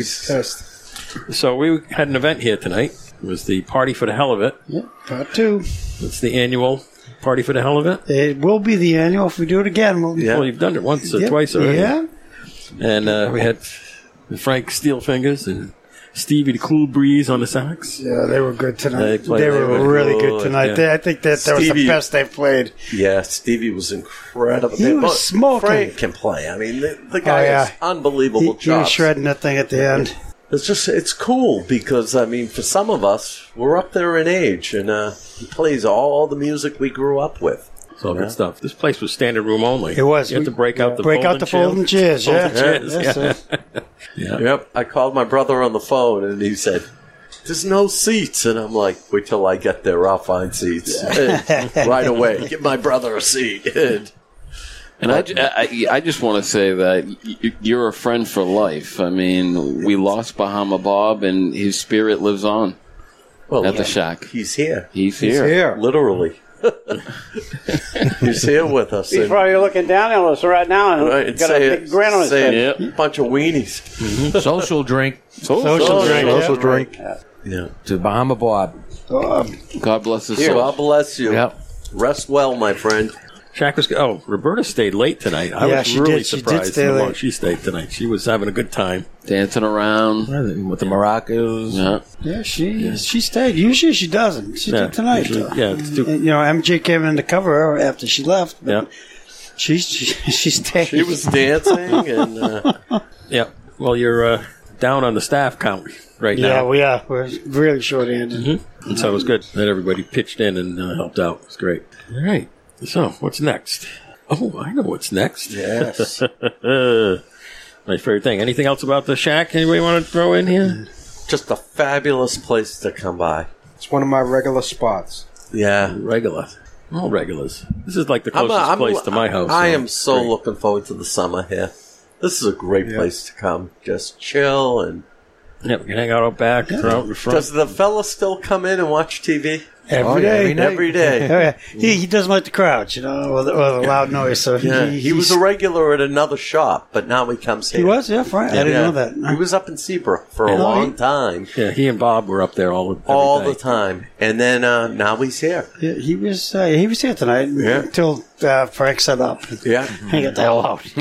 Speaker 1: So we had an event here tonight. It was the party for the hell of it.
Speaker 12: Yeah, part two.
Speaker 1: It's the annual party for the hell of it.
Speaker 12: It will be the annual if we do it again. We'll,
Speaker 1: Well, you've done it once or
Speaker 12: Yep.
Speaker 1: twice already.
Speaker 12: Yeah.
Speaker 1: And uh, we had Frank Steelfingers and Stevie the Cool Breeze on the sax.
Speaker 12: Yeah, they were good tonight. They,
Speaker 1: played-
Speaker 12: were, really good tonight.
Speaker 1: yeah.
Speaker 12: They, I think that that was the
Speaker 2: Stevie-
Speaker 12: best they played.
Speaker 2: Yeah, Stevie was incredible.
Speaker 12: He
Speaker 2: They-
Speaker 12: was
Speaker 2: but
Speaker 12: smoking. Oh,
Speaker 2: Frank can play. I mean, the, the guy
Speaker 12: yeah.
Speaker 2: has unbelievable
Speaker 12: He was
Speaker 2: chops.
Speaker 12: shredding that thing at the end.
Speaker 2: It's just it's cool because I mean, for some of us, we're up there in age, and uh, he plays all the music we grew up with.
Speaker 1: It's all good stuff. This place was standard room only.
Speaker 2: It was.
Speaker 1: You had to break out the
Speaker 12: Break
Speaker 1: folding
Speaker 12: out the folding chairs, yeah.
Speaker 1: Folding
Speaker 12: Yeah,
Speaker 1: chairs,
Speaker 12: yeah,
Speaker 1: yeah.
Speaker 2: Yep. I called my brother on the phone, and he said. There's no seats, and I'm like, wait till I get there. I'll find seats And right away. Give my brother a seat. And
Speaker 8: And I, ju- I, I just want to say that y- y- you're a friend for life. I mean, we lost Bahama Bob, and his spirit lives on at the shack.
Speaker 2: He's here.
Speaker 8: He's here.
Speaker 2: Literally. He's here with us.
Speaker 6: He's
Speaker 2: and-
Speaker 6: probably looking down on us right now and
Speaker 2: Right, and
Speaker 6: got
Speaker 2: say
Speaker 6: a
Speaker 2: it-
Speaker 6: big grin on his
Speaker 2: say
Speaker 6: face.
Speaker 2: it. bunch of weenies.
Speaker 8: Mm-hmm.
Speaker 11: Social drink.
Speaker 8: Social Social drink, drink.
Speaker 11: Social
Speaker 8: yeah.
Speaker 11: drink.
Speaker 2: Yeah.
Speaker 11: To Bahama Bob.
Speaker 12: Oh,
Speaker 8: God bless his
Speaker 2: Here,
Speaker 8: soul.
Speaker 2: God bless you. Rest well, my friend.
Speaker 1: Shaq was. Oh, Roberta stayed late tonight. I
Speaker 2: Yeah,
Speaker 1: was
Speaker 2: she
Speaker 1: really
Speaker 2: did. She did
Speaker 1: surprised
Speaker 2: stay
Speaker 1: how long
Speaker 2: late.
Speaker 1: she stayed tonight. She was having a good time
Speaker 8: dancing around
Speaker 11: with the maracas.
Speaker 8: Yeah.
Speaker 12: Yeah, she she stayed. Usually she doesn't. She
Speaker 1: Yeah,
Speaker 12: did tonight.
Speaker 1: usually-
Speaker 12: though.
Speaker 1: yeah, it's too-
Speaker 12: And, you know, MJ came in to cover her after she left. But
Speaker 1: Yeah.
Speaker 12: She, she she stayed.
Speaker 2: She was dancing and uh,
Speaker 1: Yeah. Well, you're uh, down on the staff count right
Speaker 12: yeah,
Speaker 1: now.
Speaker 12: we are. We're really short-handed.
Speaker 1: and so it was good that everybody pitched in and uh, helped out. It's great. All right. So what's next? Oh, I know what's next.
Speaker 2: Yes.
Speaker 1: My favorite thing. Anything else about the shack? Anybody want to throw in here?
Speaker 2: just a fabulous place to come by.
Speaker 19: It's one of my regular spots.
Speaker 2: Yeah.
Speaker 1: Regular. All regulars. This is like the
Speaker 2: I'm, uh,
Speaker 1: closest
Speaker 2: I'm-
Speaker 1: place to my house.
Speaker 2: I
Speaker 1: so
Speaker 2: am
Speaker 1: it's
Speaker 2: so
Speaker 1: great.
Speaker 2: looking forward to the summer here. This is a great place to come. Just chill and.
Speaker 1: Yep, we can hang out out back, or out in front.
Speaker 2: Does the fella still come in and watch TV?
Speaker 12: Oh, Every day.
Speaker 2: Oh, Every day.
Speaker 12: Oh, yeah. he, he doesn't like the crowd, you know, or the, or the loud noise. So
Speaker 2: Yeah,
Speaker 12: he,
Speaker 2: he, was a regular at another shop, but now he comes here.
Speaker 12: He was, yeah, fine. I didn't know that.
Speaker 2: He was up in Seabrook for a
Speaker 12: Yeah.
Speaker 2: long time.
Speaker 1: Yeah, he and Bob were up there all the
Speaker 2: all the time, and then uh, now he's here.
Speaker 12: Yeah, he was uh, he was here tonight until uh, Frank set up.
Speaker 2: Yeah,
Speaker 12: he got the hell out.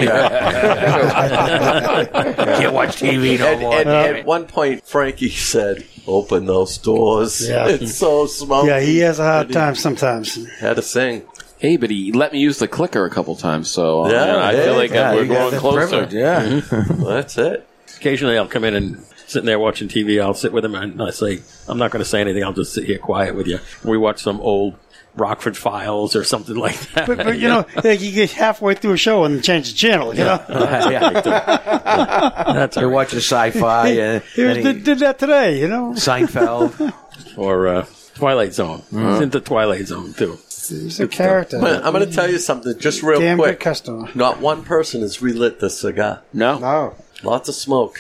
Speaker 2: Can't
Speaker 12: watch TV no
Speaker 2: and,
Speaker 12: more.
Speaker 2: and
Speaker 12: Yeah.
Speaker 2: at one point, Frankie said, "Open those doors."
Speaker 12: Yeah.
Speaker 2: it's so smoky.
Speaker 12: Yeah, he has a hard
Speaker 2: And he
Speaker 12: time sometimes.
Speaker 2: Had to sing.
Speaker 8: Hey, but he let me use the clicker a couple times, so uh,
Speaker 2: Yeah,
Speaker 8: I feel like
Speaker 2: yeah,
Speaker 8: we're
Speaker 2: you got
Speaker 8: growing
Speaker 2: that
Speaker 8: closer.
Speaker 2: privilege, yeah.
Speaker 1: Mm-hmm.
Speaker 2: That's it.
Speaker 1: Occasionally, I'll come in and sitting there watching TV. I'll sit with him and I say, "I'm not going to say anything. I'll just sit here quiet with you." We watch some old Rockford Files or something like that.
Speaker 12: But, but you know, like you get halfway through a show and change the channel. You know,
Speaker 1: That's all
Speaker 11: You're watching sci-fi and,
Speaker 12: he was, did, did that today. You know,
Speaker 11: Seinfeld.
Speaker 1: or uh, Twilight Zone.
Speaker 12: Mhm.
Speaker 1: He's into Twilight Zone too.
Speaker 12: He's a character.
Speaker 2: I'm gonna- I'm going to tell you something, just real
Speaker 12: Damn
Speaker 2: quick.
Speaker 12: good customer.
Speaker 2: Not one person has relit the cigar.
Speaker 8: No,
Speaker 2: no. Lots of smoke.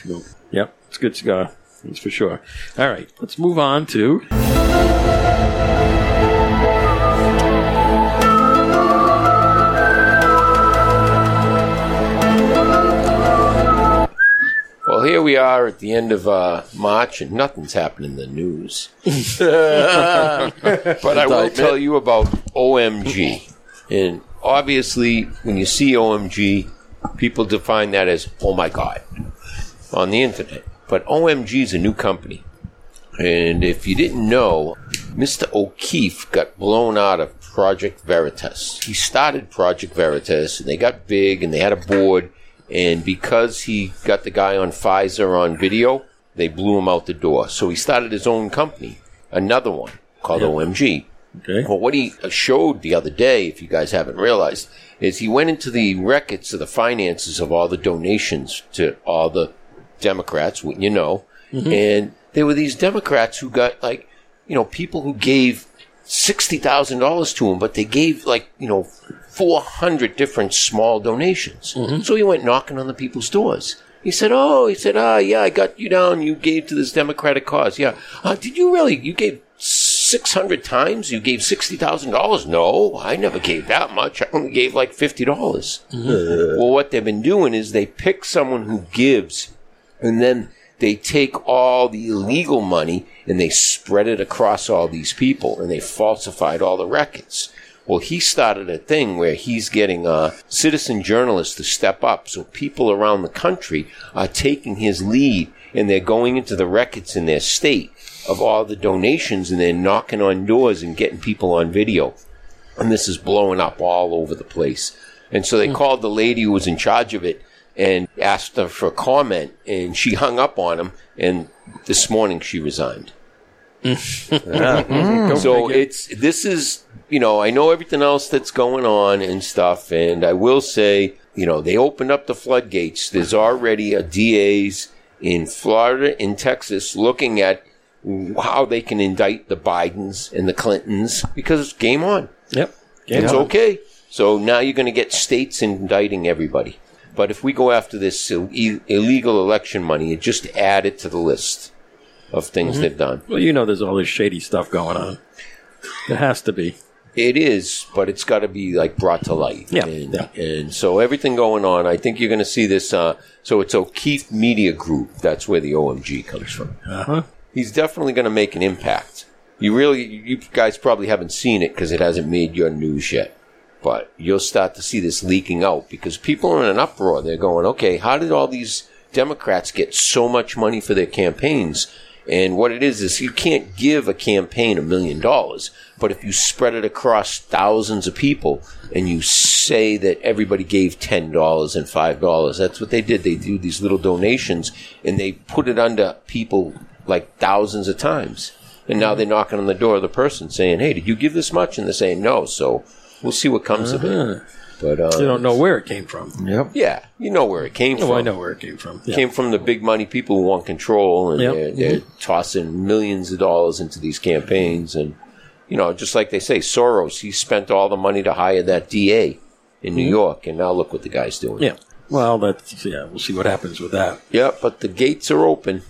Speaker 1: Yep, it's a good cigar. That's for sure. All right, let's move on to
Speaker 17: Well, here we are at the end of uh, March, and nothing's happening in the news. but I will tell you about OMG. And obviously, when you see OMG, people define that as, oh my God, on the internet. But OMG is a new company. And if you didn't know, Mr. O'Keefe got blown out of Project Veritas. He started Project Veritas, and they got big, and they had a board. And because he got the guy on Pfizer on video, they blew him out the door. So he started his own company, another one called OMG.
Speaker 1: Okay.
Speaker 17: Well, what he showed the other day, if you guys haven't realized, is he went into the records of the finances of all the donations to all the Democrats, wouldn't you know?
Speaker 16: Mhm.
Speaker 17: And there were these Democrats who got like, you know, people who gave sixty thousand dollars to him, but they gave like, you know, four hundred different small donations. So he went knocking on the people's doors. He said, "Oh, he said, ah, yeah, I got you down. You gave to this Democratic cause. Yeah, uh, did you really? You gave six hundred times. You gave sixty thousand dollars. No, I never gave that much. I only gave like fifty dollars. Well, what they've been doing is they pick someone who gives, and then they take all the illegal money and they spread it across all these people, and they falsified all the records. Well, he started a thing where he's getting uh, citizen journalists to step up. So people around the country are taking his lead and they're going into the records in their state of all the donations and they're knocking on doors and getting people on video. And this is blowing up all over the place. And so they called the lady who was in charge of it and asked her for comment, and she hung up on him. And this morning she resigned. So it's this is you know I know everything else that's going on and stuff, and I will say you know they opened up the floodgates. There's already a DAs in Florida and Texas looking at how they can indict the Bidens and the Clintons because it's game on.
Speaker 1: Yep,
Speaker 17: it's okay. So now you're going to get states indicting everybody. But if we go after this Ill- e- illegal election money, it just added to the list of things
Speaker 1: Mhm.
Speaker 17: they've done.
Speaker 1: Well, you know, there's all this shady stuff going on. It has to be.
Speaker 17: It is, but it's got to be like brought to light. Yeah, and, and so everything going on, I think you're going to see this. Uh, so it's O'Keefe Media Group. That's where the OMG comes from.
Speaker 1: Uh-huh.
Speaker 17: He's definitely going to make an impact. You really, you guys probably haven't seen it because it hasn't made your news yet. But you'll start to see this leaking out because people are in an uproar. They're going, okay, how did all these Democrats get so much money for their campaigns? And what it is is you can't give a campaign a million dollars, but if you spread it across thousands of people and you say that everybody gave ten dollars and five dollars, that's what they did. They do these little donations and they put it under people like thousands of times. And now they're knocking on the door of the person saying, "Hey, did you give this much?" And they're saying, "No." So we'll see what comes of
Speaker 1: Uh-huh.
Speaker 17: it. But uh,
Speaker 1: you don't know where it came from.
Speaker 11: Yep.
Speaker 17: yeah, you know where it came
Speaker 1: Oh,
Speaker 17: from.
Speaker 1: I know where it came from.
Speaker 17: It
Speaker 1: Yeah.
Speaker 17: Came from the big money people who want control, and
Speaker 1: Yep.
Speaker 17: they're, they're
Speaker 1: Mhm.
Speaker 17: tossing millions of dollars into these campaigns. And you know, just like they say, Soros, he spent all the money to hire that DA in New
Speaker 1: Mhm.
Speaker 17: York, and now look what the guy's doing.
Speaker 1: Yeah. Well, that's yeah. We'll see what happens with that.
Speaker 17: yeah. But the gates are open,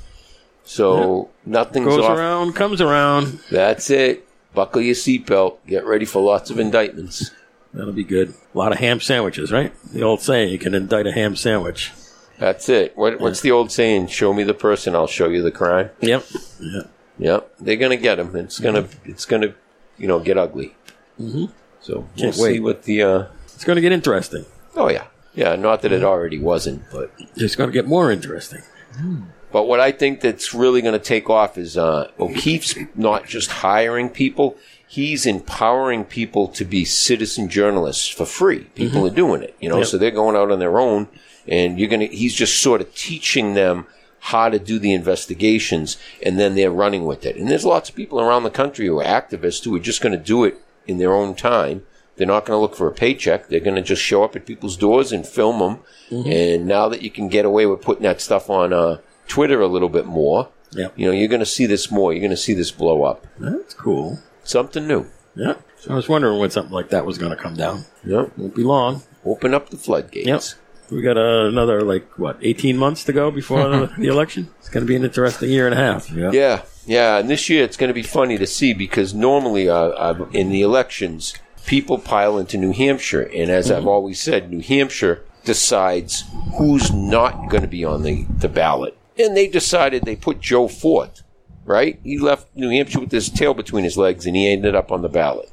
Speaker 17: so nothing's
Speaker 1: Goes
Speaker 17: off.
Speaker 1: around, comes around.
Speaker 17: That's it. Buckle your seatbelt. Get ready for lots of indictments.
Speaker 1: That'll be good. A lot of ham sandwiches, right? The old saying: you can indict a ham sandwich.
Speaker 17: That's it. What, what's the old saying? Show me the person, I'll show you the crime.
Speaker 1: Yep. Yeah.
Speaker 17: Yep. They're gonna get him. It's gonna. It's gonna. You know, get ugly.
Speaker 1: Mm-hmm.
Speaker 17: So we'll
Speaker 1: Can't
Speaker 17: see
Speaker 1: wait.
Speaker 17: what the. Uh,
Speaker 1: It's going to get interesting.
Speaker 17: oh yeah, yeah. Not that it already wasn't, but
Speaker 1: It's going to get more interesting.
Speaker 17: Hmm. But what I think that's really going to take off is uh, O'Keefe's not just hiring people; he's empowering people to be citizen journalists for free. People
Speaker 16: Mhm.
Speaker 17: are doing it, you know,
Speaker 16: Yep.
Speaker 17: so they're going out on their own, and you're gonna. He's just sort of teaching them how to do the investigations, and then they're running with it. And there's lots of people around the country who are activists who are just going to do it in their own time. They're not going to look for a paycheck. They're going to just show up at people's doors and film them.
Speaker 1: Mm-hmm.
Speaker 16: Mhm.
Speaker 17: And now that you can get away with putting that stuff on uh, Twitter a little bit more,
Speaker 1: Yep.
Speaker 17: you know, you're going to see this more. You're going to see this blow up.
Speaker 1: That's cool.
Speaker 17: Something new.
Speaker 1: Yeah. I was wondering when something like that was going to come down.
Speaker 17: Yep.
Speaker 1: Won't be long.
Speaker 17: Open up the floodgates.
Speaker 1: Yep. We got uh, another like what, 18 months to go before the, the election. It's going to be an interesting year and a half.
Speaker 17: Yeah, yeah. And this year it's going to be funny to see because normally uh, uh, in the elections, people pile into New Hampshire. And as I've always said, New Hampshire decides who's not going to be on the, the ballot. And they decided they put Joe Fort, right? He left New Hampshire with his tail between his legs and he ended up on the ballot.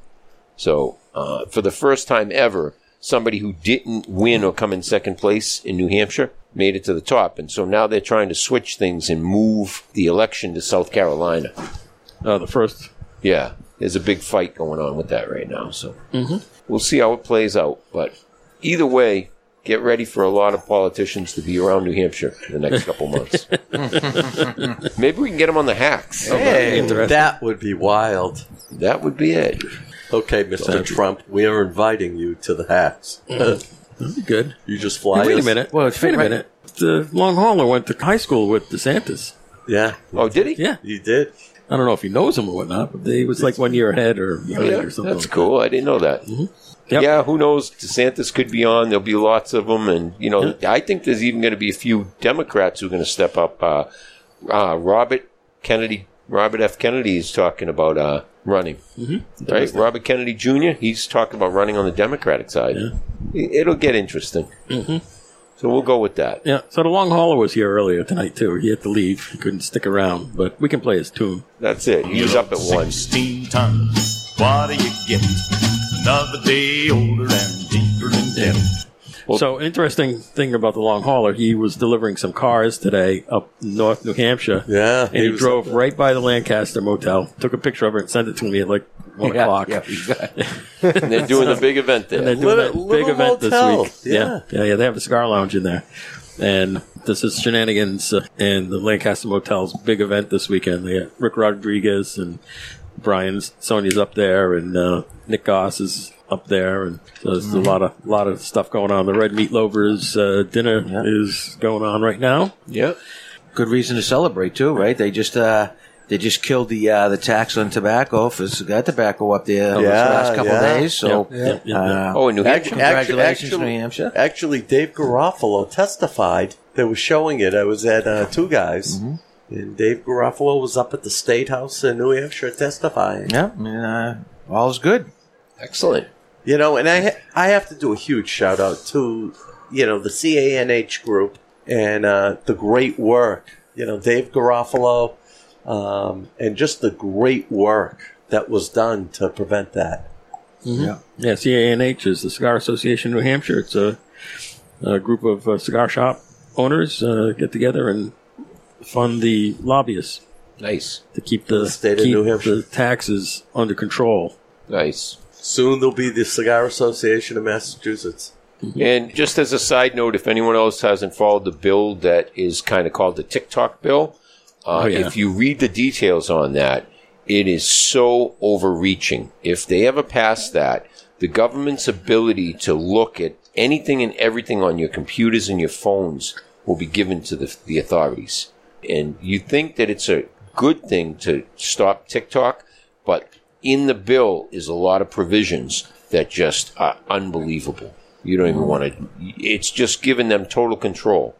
Speaker 17: So, uh, for the first time ever, somebody who didn't win or come in second place in New Hampshire made it to the top. And so now they're trying to switch things and move the election to South Carolina.
Speaker 1: Oh, the first.
Speaker 17: Yeah, there's a big fight going on with that right now. So
Speaker 9: Mm-hmm.
Speaker 1: Mhm.
Speaker 17: we'll see how it plays out. But either way, get ready for a lot of politicians to be around New Hampshire in the next couple months. Maybe we can get them on the hacks.
Speaker 2: Hey, that would be wild.
Speaker 17: That would be it.
Speaker 2: Okay, Mr. Trump, we are inviting you to the hats.
Speaker 17: Mm-hmm.
Speaker 1: good.
Speaker 2: You just fly.
Speaker 1: Wait a
Speaker 2: us-
Speaker 1: minute. Wait a minute. The long hauler went to high school with DeSantis.
Speaker 2: Yeah.
Speaker 17: Oh, did he?
Speaker 1: Yeah.
Speaker 2: He did.
Speaker 1: I don't know if he knows him or whatnot, but they, he was like one year ahead or behind
Speaker 17: Yeah,
Speaker 1: or something.
Speaker 17: That's cool. I didn't know that. Yeah, who knows? DeSantis could be on. There'll be lots of them, and you know, I think there's even going to be a few Democrats who are going to step up. Uh, uh, Robert Kennedy, Robert F. Kennedy is talking about uh, running.
Speaker 1: Mm-hmm.
Speaker 17: Right, Robert Kennedy Jr. He's talking about running on the Democratic side. It- It'll get interesting.
Speaker 1: Mm-hmm.
Speaker 17: So we'll go with that.
Speaker 1: Yeah. So the long hauler was here earlier tonight too. He had to leave. He couldn't stick around, but we can play his tune.
Speaker 17: That's it. He was up at one.
Speaker 20: Sixteen tons. What do you get? Another day older and deeper in debt.
Speaker 1: so interesting thing about the long hauler, he was delivering some cars today up north New Hampshire.
Speaker 2: Yeah,
Speaker 1: and
Speaker 2: he
Speaker 1: he,
Speaker 2: was
Speaker 1: drove right by the Lancaster Motel, took a picture of it, and sent it to me at like one o'clock.
Speaker 17: And they're doing the big event there.
Speaker 1: And they're doing
Speaker 17: Little-
Speaker 1: that big
Speaker 17: little
Speaker 1: event
Speaker 17: motel.
Speaker 1: this week. Yeah. yeah, yeah, They have a cigar lounge in there, and this is Shenanigans uh, and the Lancaster Motel's big event this weekend. They got Rick Rodriguez and Brian Sony's up there, and uh, Nick Goss is up there, and so there's a lot of lot of stuff going on. The Red Meat Lovers uh, dinner is going on right now.
Speaker 17: Yep.
Speaker 11: Good reason to celebrate too, right? They just uh, They just killed the uh, the tax on tobacco for cigar tobacco up there uh, over the
Speaker 2: Yeah,
Speaker 11: last couple
Speaker 2: yeah. Oh,
Speaker 11: of days. So,
Speaker 2: Yeah, yeah, yeah.
Speaker 11: uh,
Speaker 2: Actu-
Speaker 11: Congratulations,
Speaker 2: actu-
Speaker 11: New Hampshire.
Speaker 2: Actually, Dave Garofalo testified. They were showing it. I was at uh, Two Guys,
Speaker 11: Mm-hmm.
Speaker 2: and Dave Garofalo was up at the State House in New Hampshire testifying.
Speaker 11: Yeah, I mean, uh, all's good.
Speaker 2: Excellent. You know, and I ha- I have to do a huge shout out to you know the CANH group and uh, the great work. You know, Dave Garofalo, um, and just the great work that was done to prevent that.
Speaker 1: Yeah.
Speaker 17: Mm-hmm.
Speaker 1: Yeah, CANH is the Cigar Association of New Hampshire. It's a, a group of uh, cigar shop owners uh, get together and fund the lobbyists.
Speaker 17: Nice.
Speaker 1: To keep the,
Speaker 2: State of
Speaker 1: keep
Speaker 2: New Hampshire.
Speaker 1: the taxes under control.
Speaker 17: Nice.
Speaker 2: Soon there'll be the Cigar Association of Massachusetts.
Speaker 1: Mm-hmm.
Speaker 17: And just as a side note, if anyone else hasn't followed the bill that is kind of called the TikTok bill, uh,
Speaker 1: Oh, yeah.
Speaker 17: if you read the details on that, it is so overreaching. If they ever pass that, the government's ability to look at anything and everything on your computers and your phones will be given to the, the authorities. And you think that it's a good thing to stop TikTok, but in the bill is a lot of provisions that just are unbelievable. You don't even want to. It's just giving them total control.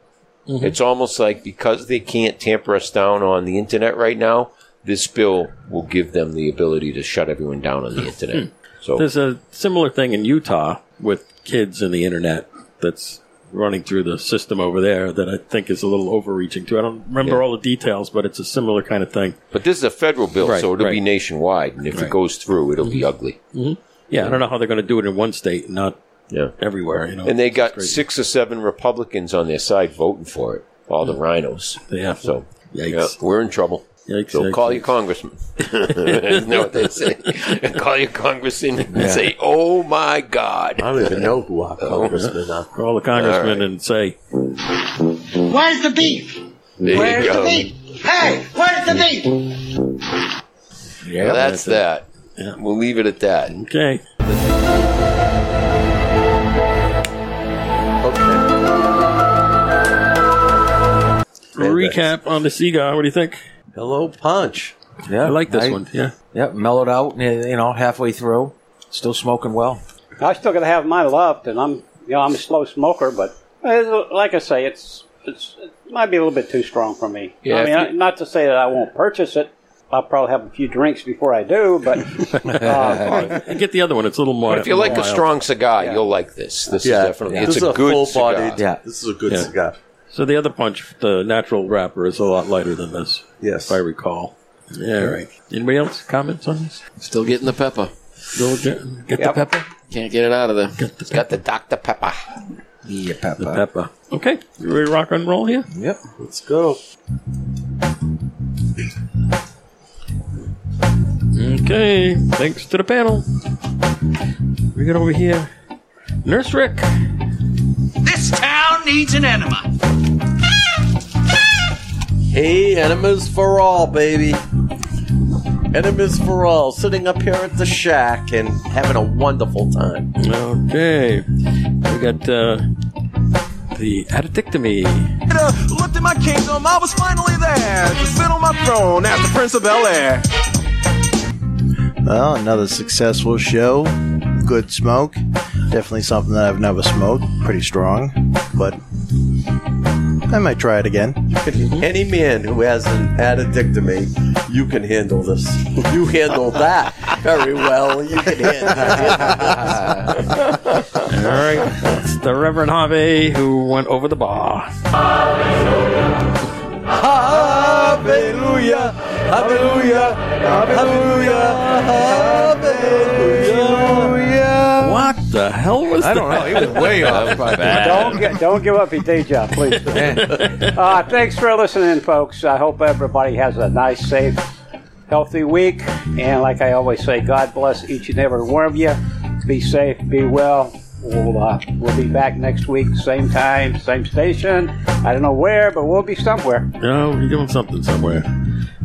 Speaker 16: Mhm.
Speaker 1: Mm-hmm.
Speaker 17: It's almost like because they can't tamper us down on the internet right now, this bill will give them the ability to shut everyone down on the
Speaker 1: Hmm.
Speaker 17: internet. So
Speaker 1: There's a similar thing in Utah with kids and the internet that's running through the system over there that I think is a little overreaching too. I don't remember
Speaker 17: Yeah.
Speaker 1: all the details, but it's a similar kind of thing.
Speaker 17: But this is a federal bill,
Speaker 1: Right,
Speaker 17: so it'll be
Speaker 1: right.
Speaker 17: nationwide, and if it
Speaker 1: Right.
Speaker 17: goes through, it'll be ugly.
Speaker 1: Mm-hmm. Yeah, I don't know how they're going to do it in one state and not everywhere. You know,
Speaker 17: and they got six or seven Republicans on their side voting for it. All the rhinos.
Speaker 1: Yeah.
Speaker 17: So
Speaker 1: Yikes.
Speaker 17: yeah, we're in trouble.
Speaker 1: Yikes,
Speaker 17: so
Speaker 1: yikes,
Speaker 17: call
Speaker 1: yikes.
Speaker 17: your congressman. Isn't that what they say? call your congressman and
Speaker 1: Yeah.
Speaker 17: say, "Oh my God!"
Speaker 2: I don't even know who our
Speaker 17: Uh-huh.
Speaker 2: congressmen are.
Speaker 1: Call the congressman and say,
Speaker 9: Where's the beef?
Speaker 1: There you
Speaker 9: Where's
Speaker 1: go.
Speaker 9: the beef? Hey, where's the beef?
Speaker 17: Yeah, that's, that. We'll leave it at that.
Speaker 1: Okay. recap on the Seagull. What do you think?
Speaker 2: Hello, Punch.
Speaker 11: Yeah,
Speaker 1: I like this one, yeah.
Speaker 11: yeah, mellowed out. and, You know, halfway through, still smoking well.
Speaker 6: I'm still gonna have mine loved, and I'm you know I'm a slow smoker, but uh, like I say, it's it's it might be a little bit too strong for me.
Speaker 17: Yeah,
Speaker 6: I mean,
Speaker 17: if
Speaker 6: I, not to say that I won't purchase it. I'll probably have a few drinks before I do, but uh,
Speaker 1: get the other one. It's a little more.
Speaker 17: But Oh, if you like a
Speaker 6: mild.
Speaker 17: strong cigar, you'll like this. This
Speaker 1: Yeah.
Speaker 17: is definitely
Speaker 1: Yeah.
Speaker 17: it's
Speaker 1: This
Speaker 17: a,
Speaker 1: is a
Speaker 17: good
Speaker 1: full-bodied-
Speaker 17: cigar.
Speaker 1: yeah.
Speaker 2: This is a good
Speaker 1: Yeah.
Speaker 2: cigar.
Speaker 1: So the other punch, the natural wrapper, is a lot lighter than this.
Speaker 2: Yes,
Speaker 1: if I recall. Yeah, all right. Anybody else comments on this?
Speaker 8: Still getting the pepper.
Speaker 1: Still get, get
Speaker 8: Yep.
Speaker 1: the pepper.
Speaker 8: Can't get it out of there.
Speaker 1: It's
Speaker 17: got the Dr. Pepper.
Speaker 11: Yeah, pepper.
Speaker 1: The pepper. Okay, you ready to rock and roll here?
Speaker 11: Yep.
Speaker 2: Let's
Speaker 1: Oh.
Speaker 2: go.
Speaker 1: Okay, thanks to the panel. We got over here, Nurse Rick.
Speaker 3: This town needs an enema.
Speaker 2: Hey, enemas for all, baby. Enemas for all. Sitting up here at the shack and having a wonderful time.
Speaker 1: Okay, we got uh, the addictomy.
Speaker 4: uh, Looked at my kingdom, I was finally there to sit on my throne as Oh, the Prince of Bel Air.
Speaker 5: Well, another successful show. Good smoke. Definitely something that I've never smoked. Pretty strong, but I might try it again.
Speaker 21: Mm-hmm.
Speaker 2: Any man who has an addictomy, you can handle this. You handle that very well. You can handle that.
Speaker 1: All right, that's the Reverend Harvey who went over the bar.
Speaker 2: Hallelujah! Hallelujah! Hallelujah! Hallelujah!
Speaker 1: What the hell was
Speaker 11: I don't know. He was way off.
Speaker 6: don't get, don't give up your day job, please. uh, thanks for listening, folks. I hope everybody has a nice, safe, healthy week. And like I always say, God bless each and every one of you. Be safe, be well. We'll, uh, we'll be back next week, same time, same station. I don't know where, but we'll be somewhere.
Speaker 1: No, we're doing something somewhere.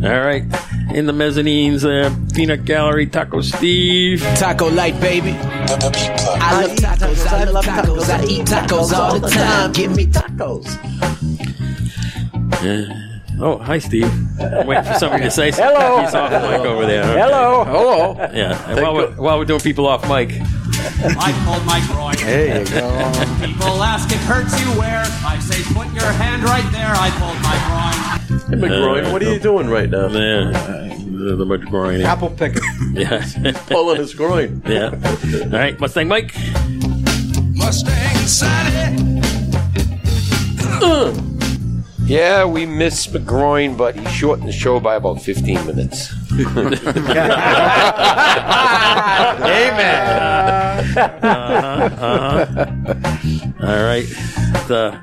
Speaker 1: All right, in the mezzanines, uh, Peanut Gallery, Taco Steve,
Speaker 7: Taco Light, baby. I love tacos, I love tacos, I eat tacos all the time. Give me tacos.
Speaker 1: Uh, Oh, hi, Steve. I'm waiting for somebody to say something.
Speaker 6: Hello.
Speaker 1: He's off mic over there. Okay.
Speaker 6: Hello.
Speaker 1: Hello. Yeah. And while we're, while we're doing people off mic.
Speaker 18: I pulled my groin.
Speaker 1: There you go.
Speaker 18: People ask it hurts you where. I say put your hand right there. I pulled my groin.
Speaker 2: Hey, McGroin, what are you doing right now?
Speaker 1: Yeah. The, the McGroin.
Speaker 19: Apple picker.
Speaker 1: Yeah.
Speaker 2: Pulling his groin.
Speaker 1: Yeah. All right, Mustang Mike.
Speaker 3: Mustang Sally.
Speaker 7: Uh.
Speaker 17: Yeah, we miss McGroin, but he shortened the show by about 15 minutes.
Speaker 1: Amen. Uh-huh, uh-huh. All right. The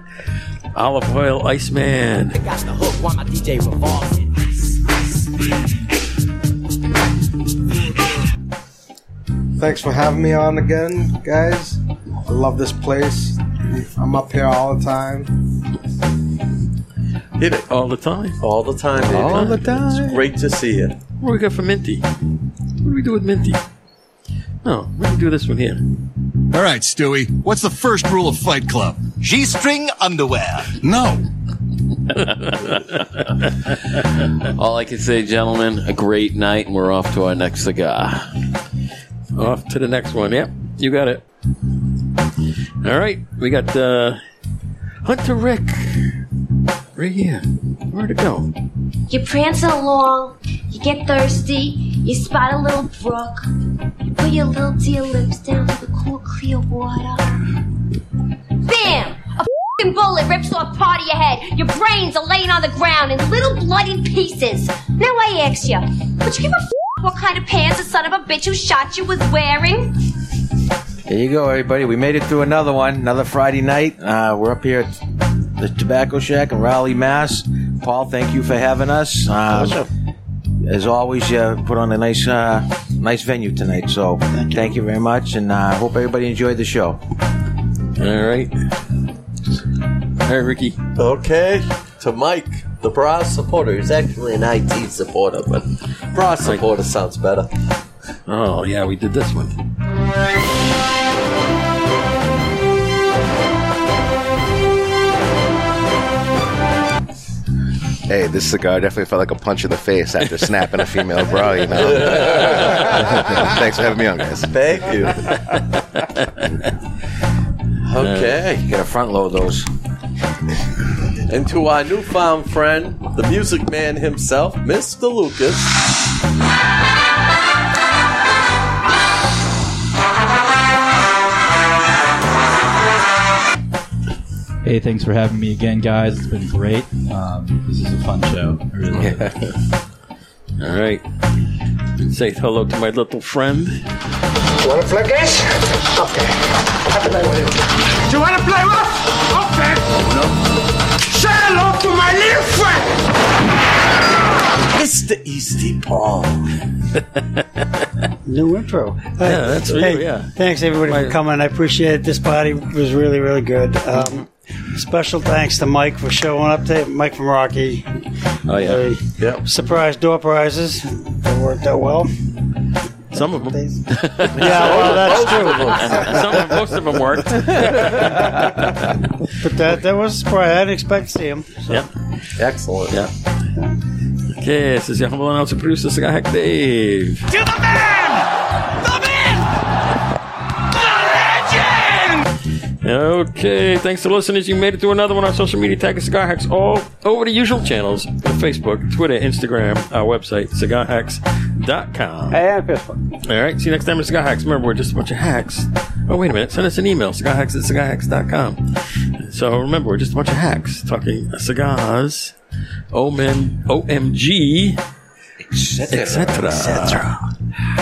Speaker 1: olive oil Iceman.
Speaker 7: I got the hook while my DJ revolving.
Speaker 19: Thanks for having me on again, guys. I love this place. I'm up here all the time.
Speaker 2: Hit it.
Speaker 1: All the time.
Speaker 2: All the time, baby.
Speaker 1: All the
Speaker 2: time. It's great to see you.
Speaker 1: What do we got for Minty? What do we do with Minty? No, we can do this one here.
Speaker 21: All right, Stewie. What's the first rule of Fight Club? G-string underwear. No.
Speaker 8: All I can say, gentlemen, a great night, and we're off to our next cigar.
Speaker 1: Off to the next one. Yep, you got it. All right, we got uh, Hunter Rick right here. Where'd it go?
Speaker 10: You're prancing along, you get thirsty, you spot a little brook, you put your little dear lips down to the cool, clear water. Bam! A fing bullet rips off part of your head. Your brains are laying on the ground in little bloody pieces. Now I ask you, would you give a f- what kind of pants the son of a bitch who shot you was wearing?
Speaker 11: There you go, everybody. We made it through another one, another Friday night. Uh, we're up here at the Tobacco Shack in Raleigh, Mass. Paul, thank you for having us. Um, as always, you put on a nice, uh, nice venue tonight. So thank you, very much, and I uh, hope everybody enjoyed the show.
Speaker 1: All right. All right, Ricky.
Speaker 2: Okay. To Mike, the bra supporter. He's actually an IT supporter, but bra supporter sounds better.
Speaker 1: Oh, yeah, we did this one.
Speaker 14: Hey, this cigar definitely felt like a punch in the face after snapping a female bra, you know. Thanks for having me on, guys.
Speaker 2: Thank you.
Speaker 11: Okay. You gotta front load those.
Speaker 2: And to our newfound friend, the music man himself, Mr. Lucas.
Speaker 13: Hey, thanks for having me again, guys. It's been great. Um, this is a fun show. I really love it.
Speaker 1: All right. Say hello to my little friend.
Speaker 9: You wanna play games? Okay. I have to play with you. Do you wanna play rough? Okay. Say hello to my little friend.
Speaker 2: Mr. Easty Paul.
Speaker 12: New intro.
Speaker 1: Yeah, that's
Speaker 12: Hey,
Speaker 1: real, yeah.
Speaker 12: Thanks everybody for coming. I appreciate it. This party was really, really good. Um, special thanks to Mike for showing up today. Mike from Rocky.
Speaker 1: Oh, yeah.
Speaker 12: Very Surprise door prizes. They worked out well.
Speaker 1: Some of them.
Speaker 12: Yeah, well, that's true.
Speaker 1: Some of most of them worked.
Speaker 12: But that, that was a surprise. I didn't expect to see him.
Speaker 1: Yep.
Speaker 2: Excellent.
Speaker 1: Yeah. Okay, this is your humble announcer producer, Cigar Hack Dave.
Speaker 3: To the man! The man! The legend!
Speaker 1: Okay, thanks for listening. You made it through another one on social media. Tag us Cigar Hacks all over the usual channels Facebook, Twitter, Instagram, our website, cigarhacks.com.
Speaker 6: And Facebook.
Speaker 1: All right, see you next time at Cigar Hacks. Remember, we're just a bunch of hacks. Oh, wait a minute. Send us an email, cigarhacks at cigarhacks.com. So remember, we're just a bunch of hacks talking cigars, OMG, OMG, etc.
Speaker 11: Etc.